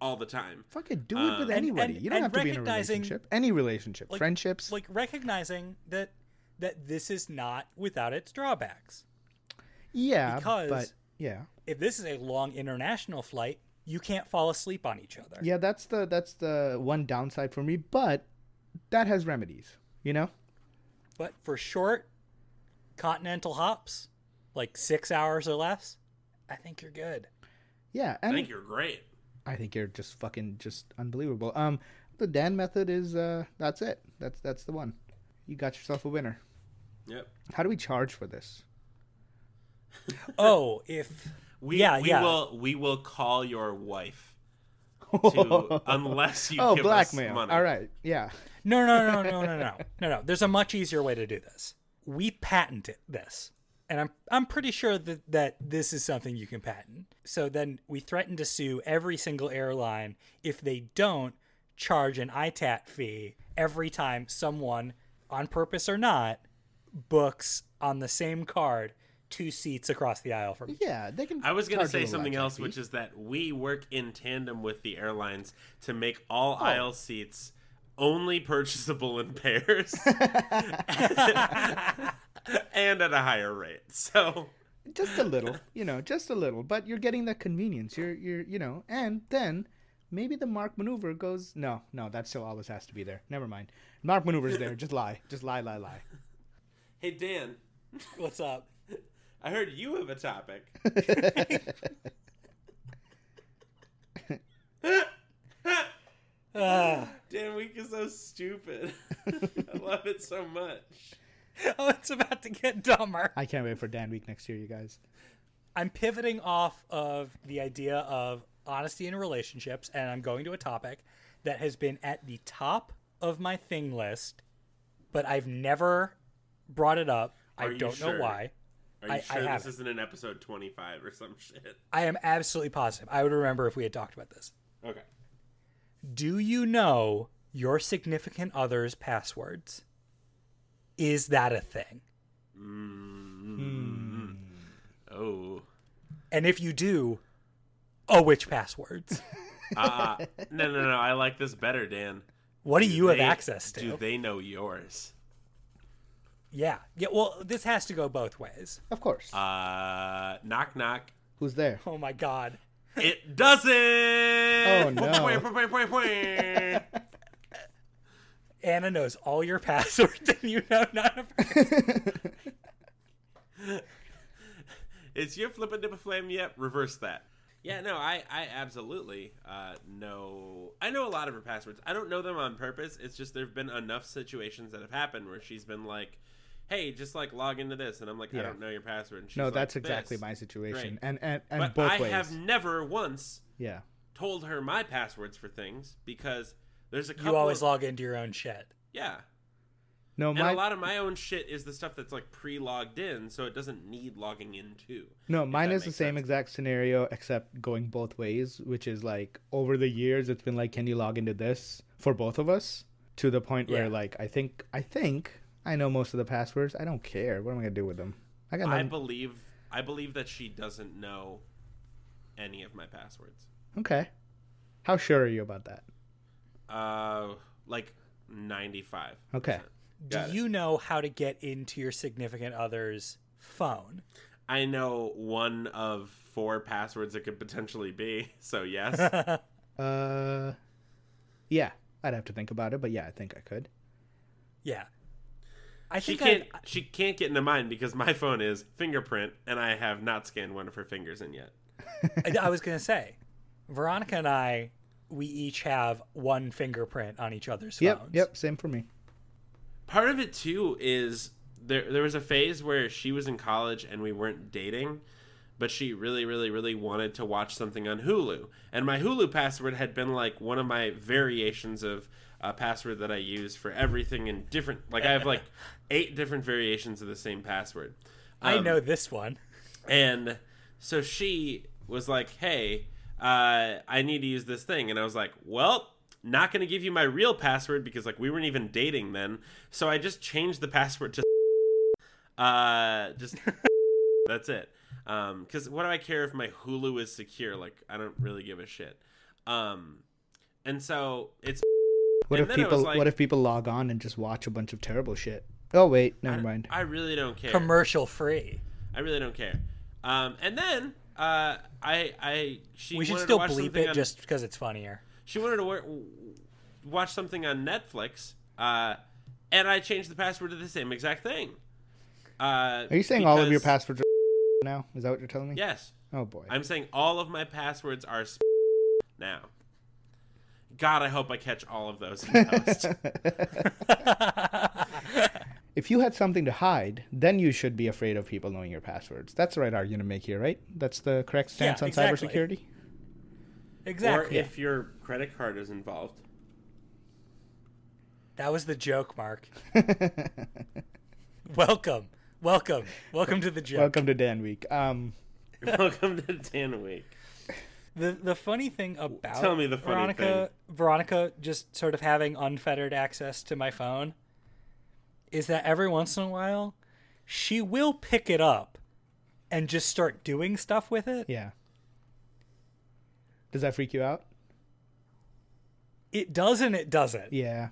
[SPEAKER 1] all the time.
[SPEAKER 2] Fuck it, do it with anybody.
[SPEAKER 3] and-
[SPEAKER 2] you don't
[SPEAKER 3] and
[SPEAKER 2] have to be in a
[SPEAKER 3] recognizing-
[SPEAKER 2] relationship. Any relationship,
[SPEAKER 3] like-
[SPEAKER 2] friendships.
[SPEAKER 3] like recognizing that that this is not without its drawbacks.
[SPEAKER 2] yeah,
[SPEAKER 3] because-
[SPEAKER 2] but yeah,
[SPEAKER 3] if this is a long international flight, you can't fall asleep on each other.
[SPEAKER 2] yeah. That's the that's the one downside for me, but that has remedies. You know,
[SPEAKER 3] But for short continental hops, like six hours or less, I think you're good.
[SPEAKER 2] yeah,
[SPEAKER 1] I
[SPEAKER 2] and
[SPEAKER 1] think you're great.
[SPEAKER 2] I think you're just fucking just unbelievable. Um, the Dan method is uh, that's it. That's that's the one. You got yourself a winner.
[SPEAKER 1] Yep.
[SPEAKER 2] How do we charge for this?
[SPEAKER 3] Oh, if
[SPEAKER 1] We
[SPEAKER 3] yeah,
[SPEAKER 1] we
[SPEAKER 3] yeah.
[SPEAKER 1] will we will call your wife to unless you
[SPEAKER 2] oh,
[SPEAKER 1] give us
[SPEAKER 2] blackmail.
[SPEAKER 1] money.
[SPEAKER 2] All right. Yeah.
[SPEAKER 3] No, no, no, no, no, no, no, no. There's a much easier way to do this. We patented this, and I'm I'm pretty sure that that this is something you can patent. So then we threaten to sue every single airline if they don't charge an ITAT fee every time someone, on purpose or not, books on the same card two seats across the aisle from.
[SPEAKER 2] Yeah, they can.
[SPEAKER 1] I was going to
[SPEAKER 2] charge a
[SPEAKER 1] say
[SPEAKER 2] little
[SPEAKER 1] something
[SPEAKER 2] outside
[SPEAKER 1] else,
[SPEAKER 2] fee.
[SPEAKER 1] which is that we work in tandem with the airlines to make
[SPEAKER 3] Oh.
[SPEAKER 1] all aisle seats only purchasable in pairs and at a higher rate. So
[SPEAKER 2] just a little, you know, just a little. But you're getting that convenience. You're you're you know, and then maybe the mark maneuver goes. No, no, that still always has to be there. Never mind. Mark maneuver's there. Just lie. Just lie, lie, lie.
[SPEAKER 1] Hey Dan,
[SPEAKER 3] What's up?
[SPEAKER 1] I heard you have a topic.
[SPEAKER 3] Ah.
[SPEAKER 1] Dan Week is so stupid. I love it so much.
[SPEAKER 3] oh, it's about to get dumber.
[SPEAKER 2] I can't wait for Dan Week next year, you guys.
[SPEAKER 3] I'm pivoting off of the idea of honesty in relationships, and I'm going to a topic that has been at the top of my thing list, but I've never brought it up.
[SPEAKER 1] Are
[SPEAKER 3] I
[SPEAKER 1] you
[SPEAKER 3] don't
[SPEAKER 1] sure?
[SPEAKER 3] know why.
[SPEAKER 1] Are you
[SPEAKER 3] I- I
[SPEAKER 1] sure this
[SPEAKER 3] haven't.
[SPEAKER 1] isn't an episode 25 or some shit?
[SPEAKER 3] I am absolutely positive. I would remember if we had talked about this.
[SPEAKER 1] Okay.
[SPEAKER 3] Do you know your significant other's passwords? Is that a thing?
[SPEAKER 1] Oh.
[SPEAKER 3] And if you do, oh, which passwords?
[SPEAKER 1] Uh, no, no, no. I like this better, Dan.
[SPEAKER 3] What do you have
[SPEAKER 1] They-
[SPEAKER 3] access to?
[SPEAKER 1] Do they know yours?
[SPEAKER 3] yeah. Yeah. Well, this has to go both ways.
[SPEAKER 2] Of course.
[SPEAKER 1] Uh, knock, knock.
[SPEAKER 2] Who's there?
[SPEAKER 3] Oh my God.
[SPEAKER 1] It doesn't. Oh
[SPEAKER 2] no.
[SPEAKER 3] Anna knows all your passwords and you know none of hers.
[SPEAKER 1] Is your flippin' dip a flame yet? Reverse that. Yeah, no, I, I absolutely uh, know. I know a lot of her passwords. I don't know them on purpose. It's just there have been enough situations that have happened where she's been like, "Hey, just like log into this," and I'm like, "I
[SPEAKER 2] Yeah.
[SPEAKER 1] don't know your password." And she's
[SPEAKER 2] No,
[SPEAKER 1] like,
[SPEAKER 2] that's exactly
[SPEAKER 1] "This."
[SPEAKER 2] my situation.
[SPEAKER 1] Great.
[SPEAKER 2] And and and
[SPEAKER 1] But
[SPEAKER 2] both
[SPEAKER 1] I
[SPEAKER 2] ways.
[SPEAKER 1] have never once
[SPEAKER 2] Yeah.
[SPEAKER 1] told her my passwords for things because there's a couple.
[SPEAKER 3] You always
[SPEAKER 1] of-
[SPEAKER 3] log into your own shit.
[SPEAKER 1] yeah.
[SPEAKER 2] No,
[SPEAKER 1] And
[SPEAKER 2] my
[SPEAKER 1] a lot of my own shit is the stuff that's like pre-logged in, so it doesn't need logging into.
[SPEAKER 2] No,
[SPEAKER 1] if
[SPEAKER 2] mine
[SPEAKER 1] that
[SPEAKER 2] is the
[SPEAKER 1] makes
[SPEAKER 2] same
[SPEAKER 1] sense.
[SPEAKER 2] exact scenario except going both ways, which is like over the years it's been like can you log into this for both of us to the point where
[SPEAKER 3] Yeah.
[SPEAKER 2] like I think I think I know most of the passwords. I don't care. What am I going to do with them? I got
[SPEAKER 1] I
[SPEAKER 2] nothing.
[SPEAKER 1] believe I believe that she doesn't know any of my passwords.
[SPEAKER 2] okay. How sure are you about that?
[SPEAKER 1] Uh, like ninety-five.
[SPEAKER 2] Okay.
[SPEAKER 3] Do you know how to get into your significant other's phone?
[SPEAKER 1] I know one of four passwords it could potentially be. So yes,
[SPEAKER 2] Uh Yeah, I'd have to think about it, but yeah, I think I could.
[SPEAKER 3] Yeah. I
[SPEAKER 1] she
[SPEAKER 3] think
[SPEAKER 1] can't.
[SPEAKER 3] I,
[SPEAKER 1] She can't get into mine because my phone is fingerprint, and I have not scanned one of her fingers in yet.
[SPEAKER 3] I, I was going to say, Veronica and I, we each have one fingerprint on each other's
[SPEAKER 2] Yep,
[SPEAKER 3] phones.
[SPEAKER 2] yep, same for me.
[SPEAKER 1] part of it too is there there was a phase where she was in college and we weren't dating but she really really really wanted to watch something on hulu and my hulu password had been like one of my variations of a password that i use for everything and different like i have like eight different variations of the same password
[SPEAKER 3] I
[SPEAKER 1] Um,
[SPEAKER 3] know this one.
[SPEAKER 1] and so she was like, "Hey, uh, I need to use this thing," and I was like, "Well." Not gonna give you my real password because like we weren't even dating then, so I just changed the password to uh just that's it. Um, because what do I care if my Hulu is secure? Like I don't really give a shit. Um, and so it's
[SPEAKER 2] What
[SPEAKER 1] And
[SPEAKER 2] if
[SPEAKER 1] then I was
[SPEAKER 2] people
[SPEAKER 1] like-
[SPEAKER 2] what if people log on and just watch a bunch of terrible shit? Oh wait, never mind.
[SPEAKER 1] I really don't care.
[SPEAKER 3] Commercial free.
[SPEAKER 1] I really don't care. Um, and then uh, I I she
[SPEAKER 3] We should
[SPEAKER 1] wanted to
[SPEAKER 3] still
[SPEAKER 1] watch
[SPEAKER 3] bleep
[SPEAKER 1] something
[SPEAKER 3] it
[SPEAKER 1] on-
[SPEAKER 3] just because it's funnier.
[SPEAKER 1] she wanted to wa- watch something on Netflix, uh, and I changed the password to the same exact thing. Uh,
[SPEAKER 2] Are you saying all of your
[SPEAKER 1] because-
[SPEAKER 2] passwords are now? Is that what you're telling me?
[SPEAKER 1] Yes,
[SPEAKER 2] Oh boy.
[SPEAKER 1] I'm saying all of my passwords are sp- now. God, I hope I catch all of those. In post.
[SPEAKER 2] if you had something to hide, then you should be afraid of people knowing your passwords. That's the right argument to make here, right? That's the correct stance on
[SPEAKER 3] exactly.
[SPEAKER 2] cybersecurity.
[SPEAKER 1] or
[SPEAKER 3] Exactly.
[SPEAKER 1] if your credit card is involved.
[SPEAKER 3] That was the joke, Mark. Welcome. Welcome. Welcome to the joke.
[SPEAKER 2] Welcome to Dan Week. Um,
[SPEAKER 1] Welcome to Dan Week.
[SPEAKER 3] The the funny thing about
[SPEAKER 1] tell me the funny
[SPEAKER 3] Veronica Veronica just sort of having unfettered access to my phone is that every once in a while she will pick it up and just start doing stuff with it.
[SPEAKER 2] Yeah. Does that freak you out?
[SPEAKER 3] It does and it doesn't.
[SPEAKER 2] Yeah.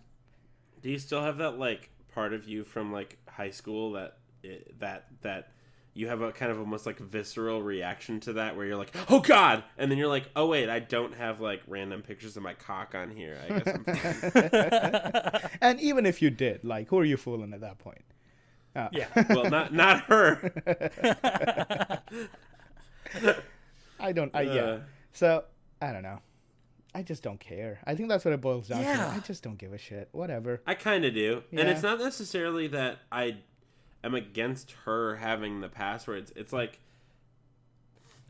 [SPEAKER 1] Do you still have that like part of you from like high school that it, that that you have a kind of almost like visceral reaction to that where you're like, "Oh god." And then you're like, "Oh wait, I don't have like random pictures of my cock on here." I guess I'm fine."
[SPEAKER 2] And even if you did, like, who are you fooling at that point?
[SPEAKER 3] Yeah.
[SPEAKER 1] well, not not her.
[SPEAKER 2] I don't. I yeah.
[SPEAKER 1] Uh.
[SPEAKER 2] So I don't know. I just don't care. I think that's what it boils down
[SPEAKER 3] Yeah.
[SPEAKER 2] to. I just don't give a shit. Whatever.
[SPEAKER 1] I kind of do, and
[SPEAKER 2] Yeah.
[SPEAKER 1] it's not necessarily that I am against her having the passwords. It's like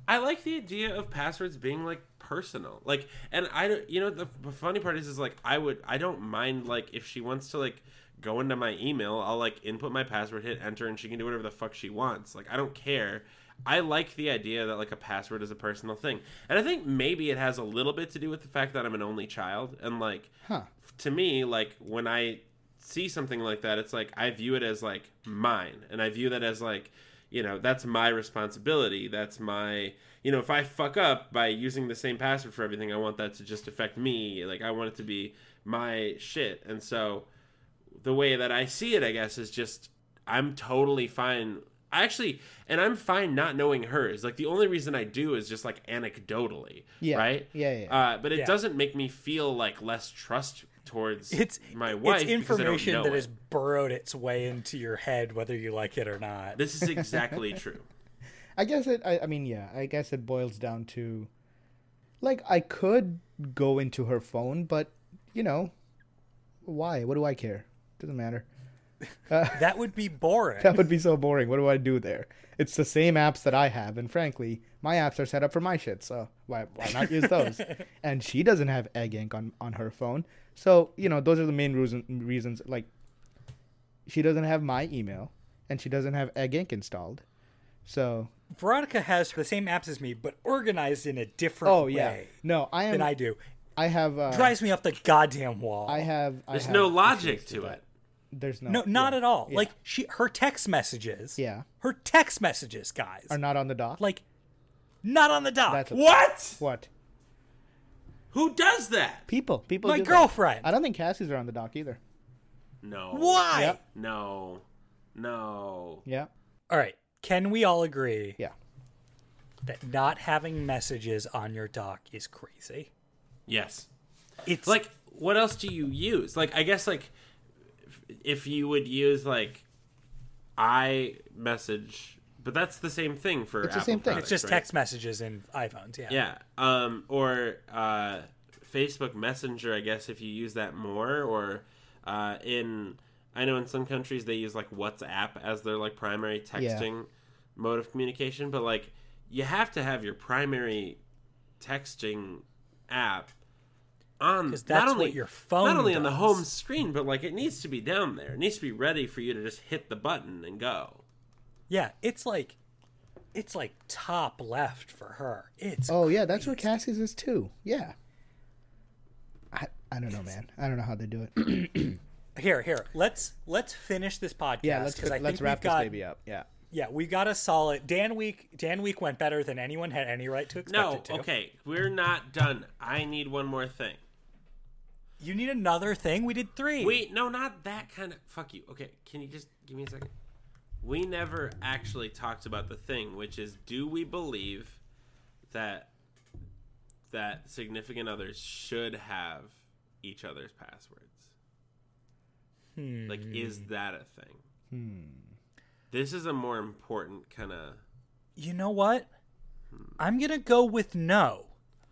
[SPEAKER 1] I like the idea of passwords being like personal, like, and I don't. You know, the f- funny part is, is like I would, I don't mind like if she wants to like go into my email, I'll like input my password, hit enter, and she can do whatever the fuck she wants. Like I don't care. I like the idea that like a password is a personal thing, and I think maybe it has a little bit to do with the fact that I'm an only child, and like
[SPEAKER 2] Huh.
[SPEAKER 1] to me, like when I see something like that, it's like I view it as like mine, and I view that as like, you know, that's my responsibility. That's my, you know, if I fuck up by using the same password for everything, I want that to just affect me. Like I want it to be my shit, and so the way that I see it, I guess, is just I'm totally fine. I actually, and I'm fine not knowing hers. Like the only reason I do is just like anecdotally,
[SPEAKER 2] Yeah.
[SPEAKER 1] right?
[SPEAKER 2] Yeah, yeah, yeah.
[SPEAKER 1] Uh, but it
[SPEAKER 3] Yeah.
[SPEAKER 1] doesn't make me feel like less trust towards
[SPEAKER 3] It's
[SPEAKER 1] my wife.
[SPEAKER 3] It's
[SPEAKER 1] because I don't
[SPEAKER 3] information
[SPEAKER 1] know
[SPEAKER 3] that
[SPEAKER 1] it.
[SPEAKER 3] has burrowed its way into your head, whether you like it or not.
[SPEAKER 1] This is exactly true.
[SPEAKER 2] I guess it. I, I mean, yeah. I guess it boils down to, like, I could go into her phone, but you know, why? What do I care? Doesn't matter.
[SPEAKER 3] That would be boring.
[SPEAKER 2] That would be so boring. What do I do there? It's the same apps that I have, and frankly, my apps are set up for my shit, so why, why not use those? and she doesn't have Egg Ink on, on her phone, so you know those are the main reason, reasons. Like, she doesn't have my email, and she doesn't have Egg Ink installed, so
[SPEAKER 3] Veronica has the same apps as me, but organized in a different
[SPEAKER 2] oh
[SPEAKER 3] way
[SPEAKER 2] yeah, no, I am.
[SPEAKER 3] than I do.
[SPEAKER 2] I have. Uh,
[SPEAKER 3] Drives me up the goddamn wall.
[SPEAKER 2] I have. I
[SPEAKER 1] There's
[SPEAKER 2] have
[SPEAKER 1] no
[SPEAKER 2] issues
[SPEAKER 1] logic
[SPEAKER 2] with
[SPEAKER 1] to
[SPEAKER 2] that.
[SPEAKER 1] it.
[SPEAKER 2] There's no.
[SPEAKER 3] no, not
[SPEAKER 2] yeah,
[SPEAKER 3] at all.
[SPEAKER 2] yeah.
[SPEAKER 3] Like she, her text messages.
[SPEAKER 2] Yeah.
[SPEAKER 3] Her text messages, guys,
[SPEAKER 2] are not on the dock.
[SPEAKER 3] like not on the dock.
[SPEAKER 2] That's a-
[SPEAKER 1] What?
[SPEAKER 2] what?
[SPEAKER 1] Who does that?
[SPEAKER 2] People, people.
[SPEAKER 3] My
[SPEAKER 2] do that.
[SPEAKER 3] girlfriend.
[SPEAKER 2] I don't think Cassie's are on the dock either.
[SPEAKER 1] No.
[SPEAKER 3] Why?
[SPEAKER 2] Yep.
[SPEAKER 1] No. No.
[SPEAKER 2] Yeah.
[SPEAKER 3] All right. Can we all agree
[SPEAKER 2] Yeah.
[SPEAKER 3] that not having messages on your dock is crazy?
[SPEAKER 1] Yes.
[SPEAKER 3] It's
[SPEAKER 1] like what else do you use like i guess like if- if you would use like i message but that's the same thing for
[SPEAKER 2] It's the
[SPEAKER 1] Apple
[SPEAKER 2] same thing.
[SPEAKER 1] products,
[SPEAKER 2] It's
[SPEAKER 3] it's just
[SPEAKER 1] right?
[SPEAKER 3] text messages in iPhones. Yeah.
[SPEAKER 1] yeah um or uh facebook messenger i guess if you use that more or uh in i know in some countries they use like whatsapp as their like primary texting mode of communication but like you have to have your primary texting app on
[SPEAKER 3] 'Cause
[SPEAKER 1] not
[SPEAKER 3] that's
[SPEAKER 1] only
[SPEAKER 3] what your phone
[SPEAKER 1] not only on the
[SPEAKER 3] does.
[SPEAKER 1] home screen but like it needs to be down there it needs to be ready for you to just hit the button and go
[SPEAKER 3] Yeah, it's like it's like top left for her. It's
[SPEAKER 2] Oh yeah, that's where Cassie's is too. Yeah. I I don't know, man. I don't know how they do it.
[SPEAKER 3] here, here. Let's let's finish this podcast.
[SPEAKER 2] Yeah, let's
[SPEAKER 3] 'cause I
[SPEAKER 2] let's
[SPEAKER 3] think
[SPEAKER 2] wrap
[SPEAKER 3] we've
[SPEAKER 2] this
[SPEAKER 3] got,
[SPEAKER 2] baby up. Yeah.
[SPEAKER 3] Yeah, we got a solid Dan week. Dan week went better than anyone had any right to expect
[SPEAKER 1] no
[SPEAKER 3] it to.
[SPEAKER 1] okay we're not done i need one more thing
[SPEAKER 3] You need another thing. We did three.
[SPEAKER 1] Wait, no, not that kind of. Fuck you. Okay, can you just give me a second? We never actually talked about the thing, which is, do we believe that that significant others should have each other's passwords?
[SPEAKER 2] Hmm.
[SPEAKER 1] Like, is that a thing? This is a more important kind of.
[SPEAKER 3] you know what? I'm gonna go with no.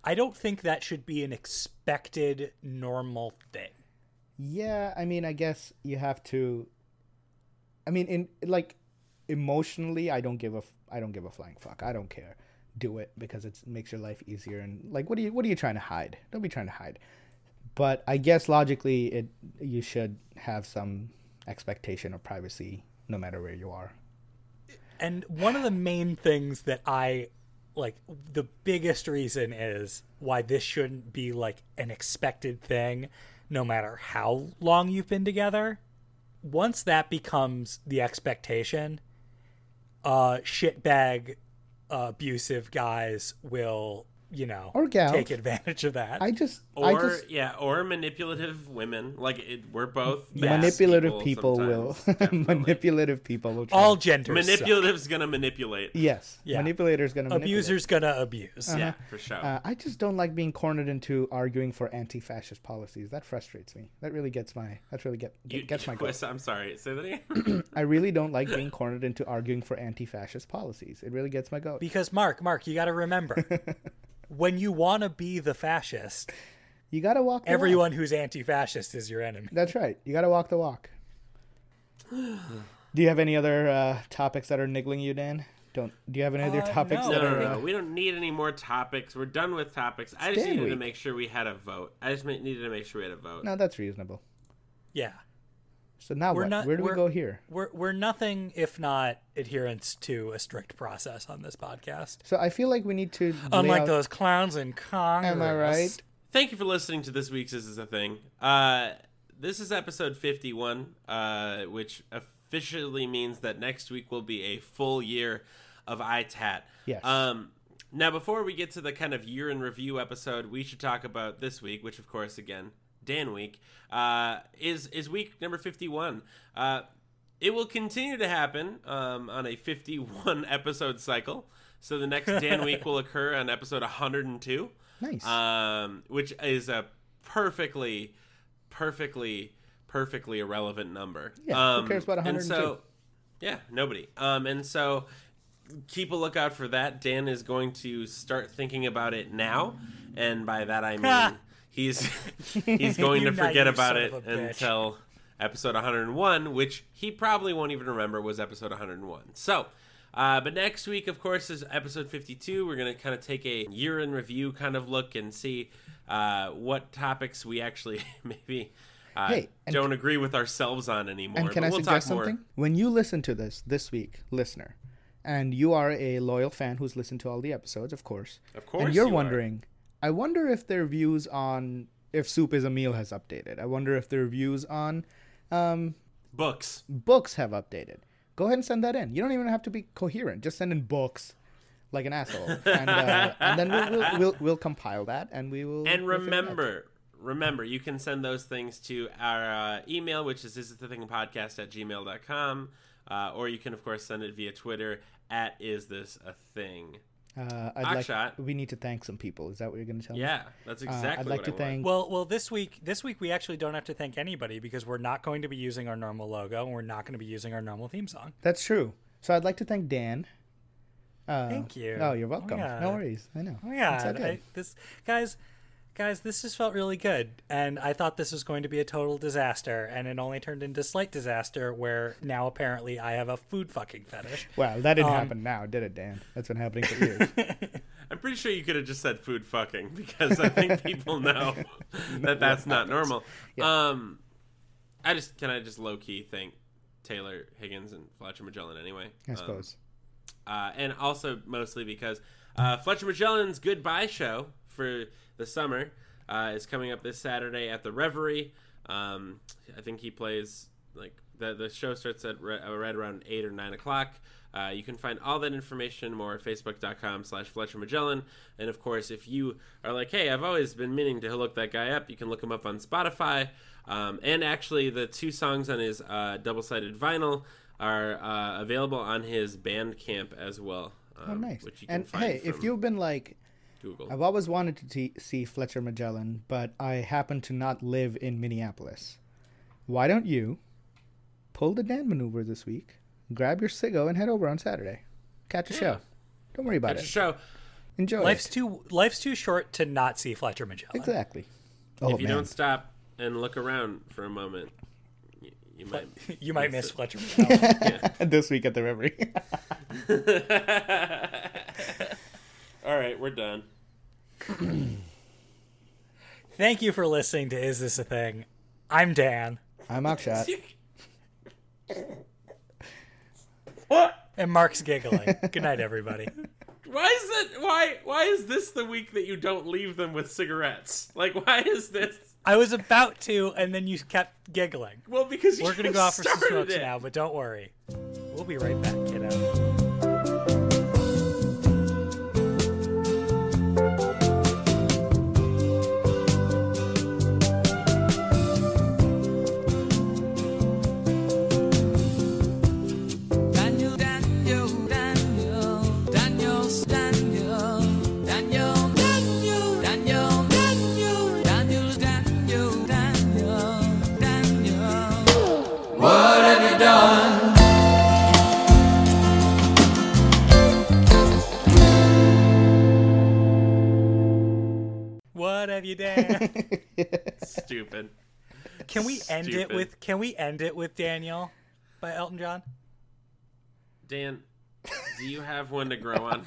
[SPEAKER 3] I don't think that should be an expected normal thing.
[SPEAKER 2] Yeah, I mean, I guess you have to. I mean, in like emotionally, I don't give a f- I don't give a flying fuck. I don't care. Do it because it makes your life easier. And like, what are you what are you trying to hide? Don't be trying to hide. But I guess logically, it you should have some expectation of privacy, no matter where you are.
[SPEAKER 3] And one of the main things that I like the biggest reason is why this shouldn't be like an expected thing no matter how long you've been together once that becomes the expectation uh shitbag abusive guys will you know
[SPEAKER 2] Or gals.
[SPEAKER 3] take advantage of that
[SPEAKER 2] I just, I
[SPEAKER 1] Or
[SPEAKER 2] just,
[SPEAKER 1] yeah, or manipulative women. Like it, we're both
[SPEAKER 3] Yes.
[SPEAKER 2] manipulative people, will,
[SPEAKER 1] manipulate.
[SPEAKER 2] manipulative people will. Try.
[SPEAKER 3] all genders suck.
[SPEAKER 1] Manipulative's gonna manipulate.
[SPEAKER 2] yes,
[SPEAKER 3] Yeah.
[SPEAKER 2] manipulators gonna manipulate.
[SPEAKER 3] abuser's gonna abuse
[SPEAKER 1] Yeah, for sure.
[SPEAKER 2] Uh, I just don't like being cornered into arguing for anti-fascist policies. That frustrates me. That really gets my. That really get,
[SPEAKER 1] You-
[SPEAKER 2] gets my. goat.
[SPEAKER 1] Wes, I'm sorry. Say that again.
[SPEAKER 2] I really don't like being cornered into arguing for anti-fascist policies. It really gets my goat.
[SPEAKER 3] because mark mark you gotta remember when you wanna be the fascist
[SPEAKER 2] you gotta walk. The walk.
[SPEAKER 3] everyone who's anti-fascist is your enemy
[SPEAKER 2] That's right. You gotta walk the walk. do you have any other uh, topics that are niggling you, Dan? Don't. Do you have any other
[SPEAKER 3] Uh,
[SPEAKER 2] topics
[SPEAKER 3] no.
[SPEAKER 1] No,
[SPEAKER 2] that
[SPEAKER 1] no,
[SPEAKER 2] are?
[SPEAKER 1] no, no. We don't need any more topics. We're done with topics. I just
[SPEAKER 2] Dan
[SPEAKER 1] needed to
[SPEAKER 2] week.
[SPEAKER 1] make sure we had a vote. I just ma- needed to make sure we had a vote.
[SPEAKER 2] No, that's reasonable.
[SPEAKER 3] yeah
[SPEAKER 2] So now
[SPEAKER 3] We're
[SPEAKER 2] what?
[SPEAKER 3] not-
[SPEAKER 2] Where do we
[SPEAKER 3] we're-
[SPEAKER 2] go here?
[SPEAKER 3] we're, we're nothing if not adherence to a strict process on this podcast
[SPEAKER 2] So I feel like we need to. lay
[SPEAKER 3] unlike
[SPEAKER 2] out,
[SPEAKER 3] those clowns in congress
[SPEAKER 2] Am I right?
[SPEAKER 1] Thank you for listening to this week's This Is a Thing. Uh, this is episode 51, uh, which officially means that next week will be a full year of ITAT.
[SPEAKER 2] Yes.
[SPEAKER 1] Um, now, before we get to the kind of year in review episode, we should talk about this week, which, of course, again, Dan week, uh, is, is week number 51. Uh, it will continue to happen um, on a 51 episode cycle. So the next Dan week will occur on episode 102
[SPEAKER 2] Nice.
[SPEAKER 1] um, which is a perfectly, perfectly, perfectly irrelevant number.
[SPEAKER 2] Yeah, who
[SPEAKER 1] um,
[SPEAKER 2] cares about
[SPEAKER 1] And
[SPEAKER 2] 102?
[SPEAKER 1] so, yeah, nobody. Um, and so, keep a lookout for that. Dan is going to start thinking about it now, and by that I mean he's he's going
[SPEAKER 3] You
[SPEAKER 1] to forget
[SPEAKER 3] naive
[SPEAKER 1] about
[SPEAKER 3] son
[SPEAKER 1] it
[SPEAKER 3] of a bitch.
[SPEAKER 1] until episode 101, which he probably won't even remember was episode 101. So. Uh, but next week, of course, is episode 52. We're going to kind of take a year in review kind of look and see uh, what topics we actually maybe uh,
[SPEAKER 2] Hey, and-
[SPEAKER 1] don't agree with ourselves on anymore.
[SPEAKER 2] And can
[SPEAKER 1] but
[SPEAKER 2] I
[SPEAKER 1] we'll
[SPEAKER 2] suggest
[SPEAKER 1] talk more.
[SPEAKER 2] something? When you listen to this this week, listener, and you are a loyal fan who's listened to all the episodes, of course.
[SPEAKER 1] Of course
[SPEAKER 2] And you're
[SPEAKER 1] you are.
[SPEAKER 2] wondering, I wonder if their views on if soup is a meal has updated. I wonder if their views on
[SPEAKER 1] Books.
[SPEAKER 2] books have updated. Go ahead and send that in. You don't even have to be coherent. Just send in books, like an asshole, and, uh, and then we'll, we'll, we'll we'll compile that and we will.
[SPEAKER 1] And
[SPEAKER 2] we'll figure it out.
[SPEAKER 1] remember, remember, you can send those things to our uh, email, which is this is the thing podcast at gmail.com. Uh, or you can, of course, send it via Twitter at is this a thing?
[SPEAKER 2] uh, I'd like,
[SPEAKER 1] Akshat.
[SPEAKER 2] we need to thank some people. Is that what you're going to tell me?
[SPEAKER 1] Yeah, that's
[SPEAKER 2] Uh,
[SPEAKER 1] exactly
[SPEAKER 2] I'd like
[SPEAKER 1] what
[SPEAKER 2] to
[SPEAKER 1] I want.
[SPEAKER 2] thank.
[SPEAKER 3] well well this week this week we actually don't have to thank anybody because we're not going to be using our normal logo and we're not going to be using our normal theme song
[SPEAKER 2] That's true. So I'd like to thank Dan. Uh,
[SPEAKER 3] Thank you.
[SPEAKER 2] Oh, you're
[SPEAKER 3] Oh my
[SPEAKER 2] welcome.
[SPEAKER 3] God.
[SPEAKER 2] no worries. I know.
[SPEAKER 3] Oh my
[SPEAKER 2] It's all
[SPEAKER 3] god,
[SPEAKER 2] good.
[SPEAKER 3] I, this guys, guys, this just felt really good, and I thought this was going to be a total disaster, and it only turned into slight disaster. Where now apparently I have a food fucking fetish.
[SPEAKER 2] Well, that
[SPEAKER 1] Um,
[SPEAKER 2] didn't happen now, did it, Dan? That's been happening for years.
[SPEAKER 1] I'm pretty sure you could have just said food fucking because I think people know that that's not normal. Um, I just can I just low key thank Taylor Higgins and Fletcher Magellan anyway.
[SPEAKER 2] I
[SPEAKER 1] Um,
[SPEAKER 2] suppose.
[SPEAKER 1] uh, and also mostly because uh, Fletcher Magellan's goodbye show for the summer uh, is coming up this Saturday at the Reverie. Um, I think he plays like the the show starts at re- uh, right around eight or nine o'clock. Uh, you can find all that information and more at facebook.com slash Fletcher Magellan. And of course, if you are like, hey, I've always been meaning to look that guy up, you can look him up on Spotify. Um, and actually, the two songs on his uh, double sided vinyl are uh, available on his Bandcamp as well. Um,
[SPEAKER 2] oh, nice.
[SPEAKER 1] Which you can
[SPEAKER 2] And
[SPEAKER 1] find
[SPEAKER 2] hey, if
[SPEAKER 1] from
[SPEAKER 2] you've been like,
[SPEAKER 1] Google.
[SPEAKER 2] I've always wanted to t- see Fletcher Magellan, but I happen to not live in Minneapolis. Why don't you pull the Dan maneuver this week, grab your Siggo, and head over on Saturday? Catch a show. Don't worry about
[SPEAKER 1] That's a
[SPEAKER 2] it.
[SPEAKER 1] show.
[SPEAKER 2] Enjoy.
[SPEAKER 3] Life's
[SPEAKER 2] it.
[SPEAKER 3] too life's too short to not see Fletcher Magellan.
[SPEAKER 2] exactly. Oh
[SPEAKER 1] if you
[SPEAKER 2] man.
[SPEAKER 1] don't stop and look around for a moment, you, you might.
[SPEAKER 3] You might miss Fletcher Magellan.
[SPEAKER 2] this week at the Reverie.
[SPEAKER 1] All right, we're done.
[SPEAKER 3] Thank you for listening to Is This a Thing? I'm Dan
[SPEAKER 2] I'm Akshat.
[SPEAKER 3] and Mark's giggling. Good night, everybody.
[SPEAKER 1] Why is it? Why? Why is this the week that you don't leave them with cigarettes? Like, why is this?
[SPEAKER 3] I was about to, and then you kept giggling.
[SPEAKER 1] Well, because you
[SPEAKER 3] We're gonna go out for some
[SPEAKER 1] started
[SPEAKER 3] smokes
[SPEAKER 1] it.
[SPEAKER 3] now, but don't worry. We'll be right back, kiddo.
[SPEAKER 4] Daniel, Daniel, Daniel, Daniel, Daniel, Daniel, Daniel, Daniel, Daniel, Daniel, Daniel, Daniel, Daniel.
[SPEAKER 3] What have you done?
[SPEAKER 1] Stupid.
[SPEAKER 3] Can we end
[SPEAKER 1] Stupid.
[SPEAKER 3] it with Can we end it with Daniel by Elton John?
[SPEAKER 1] Dan, do you have one to grow on?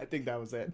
[SPEAKER 2] I think that was it.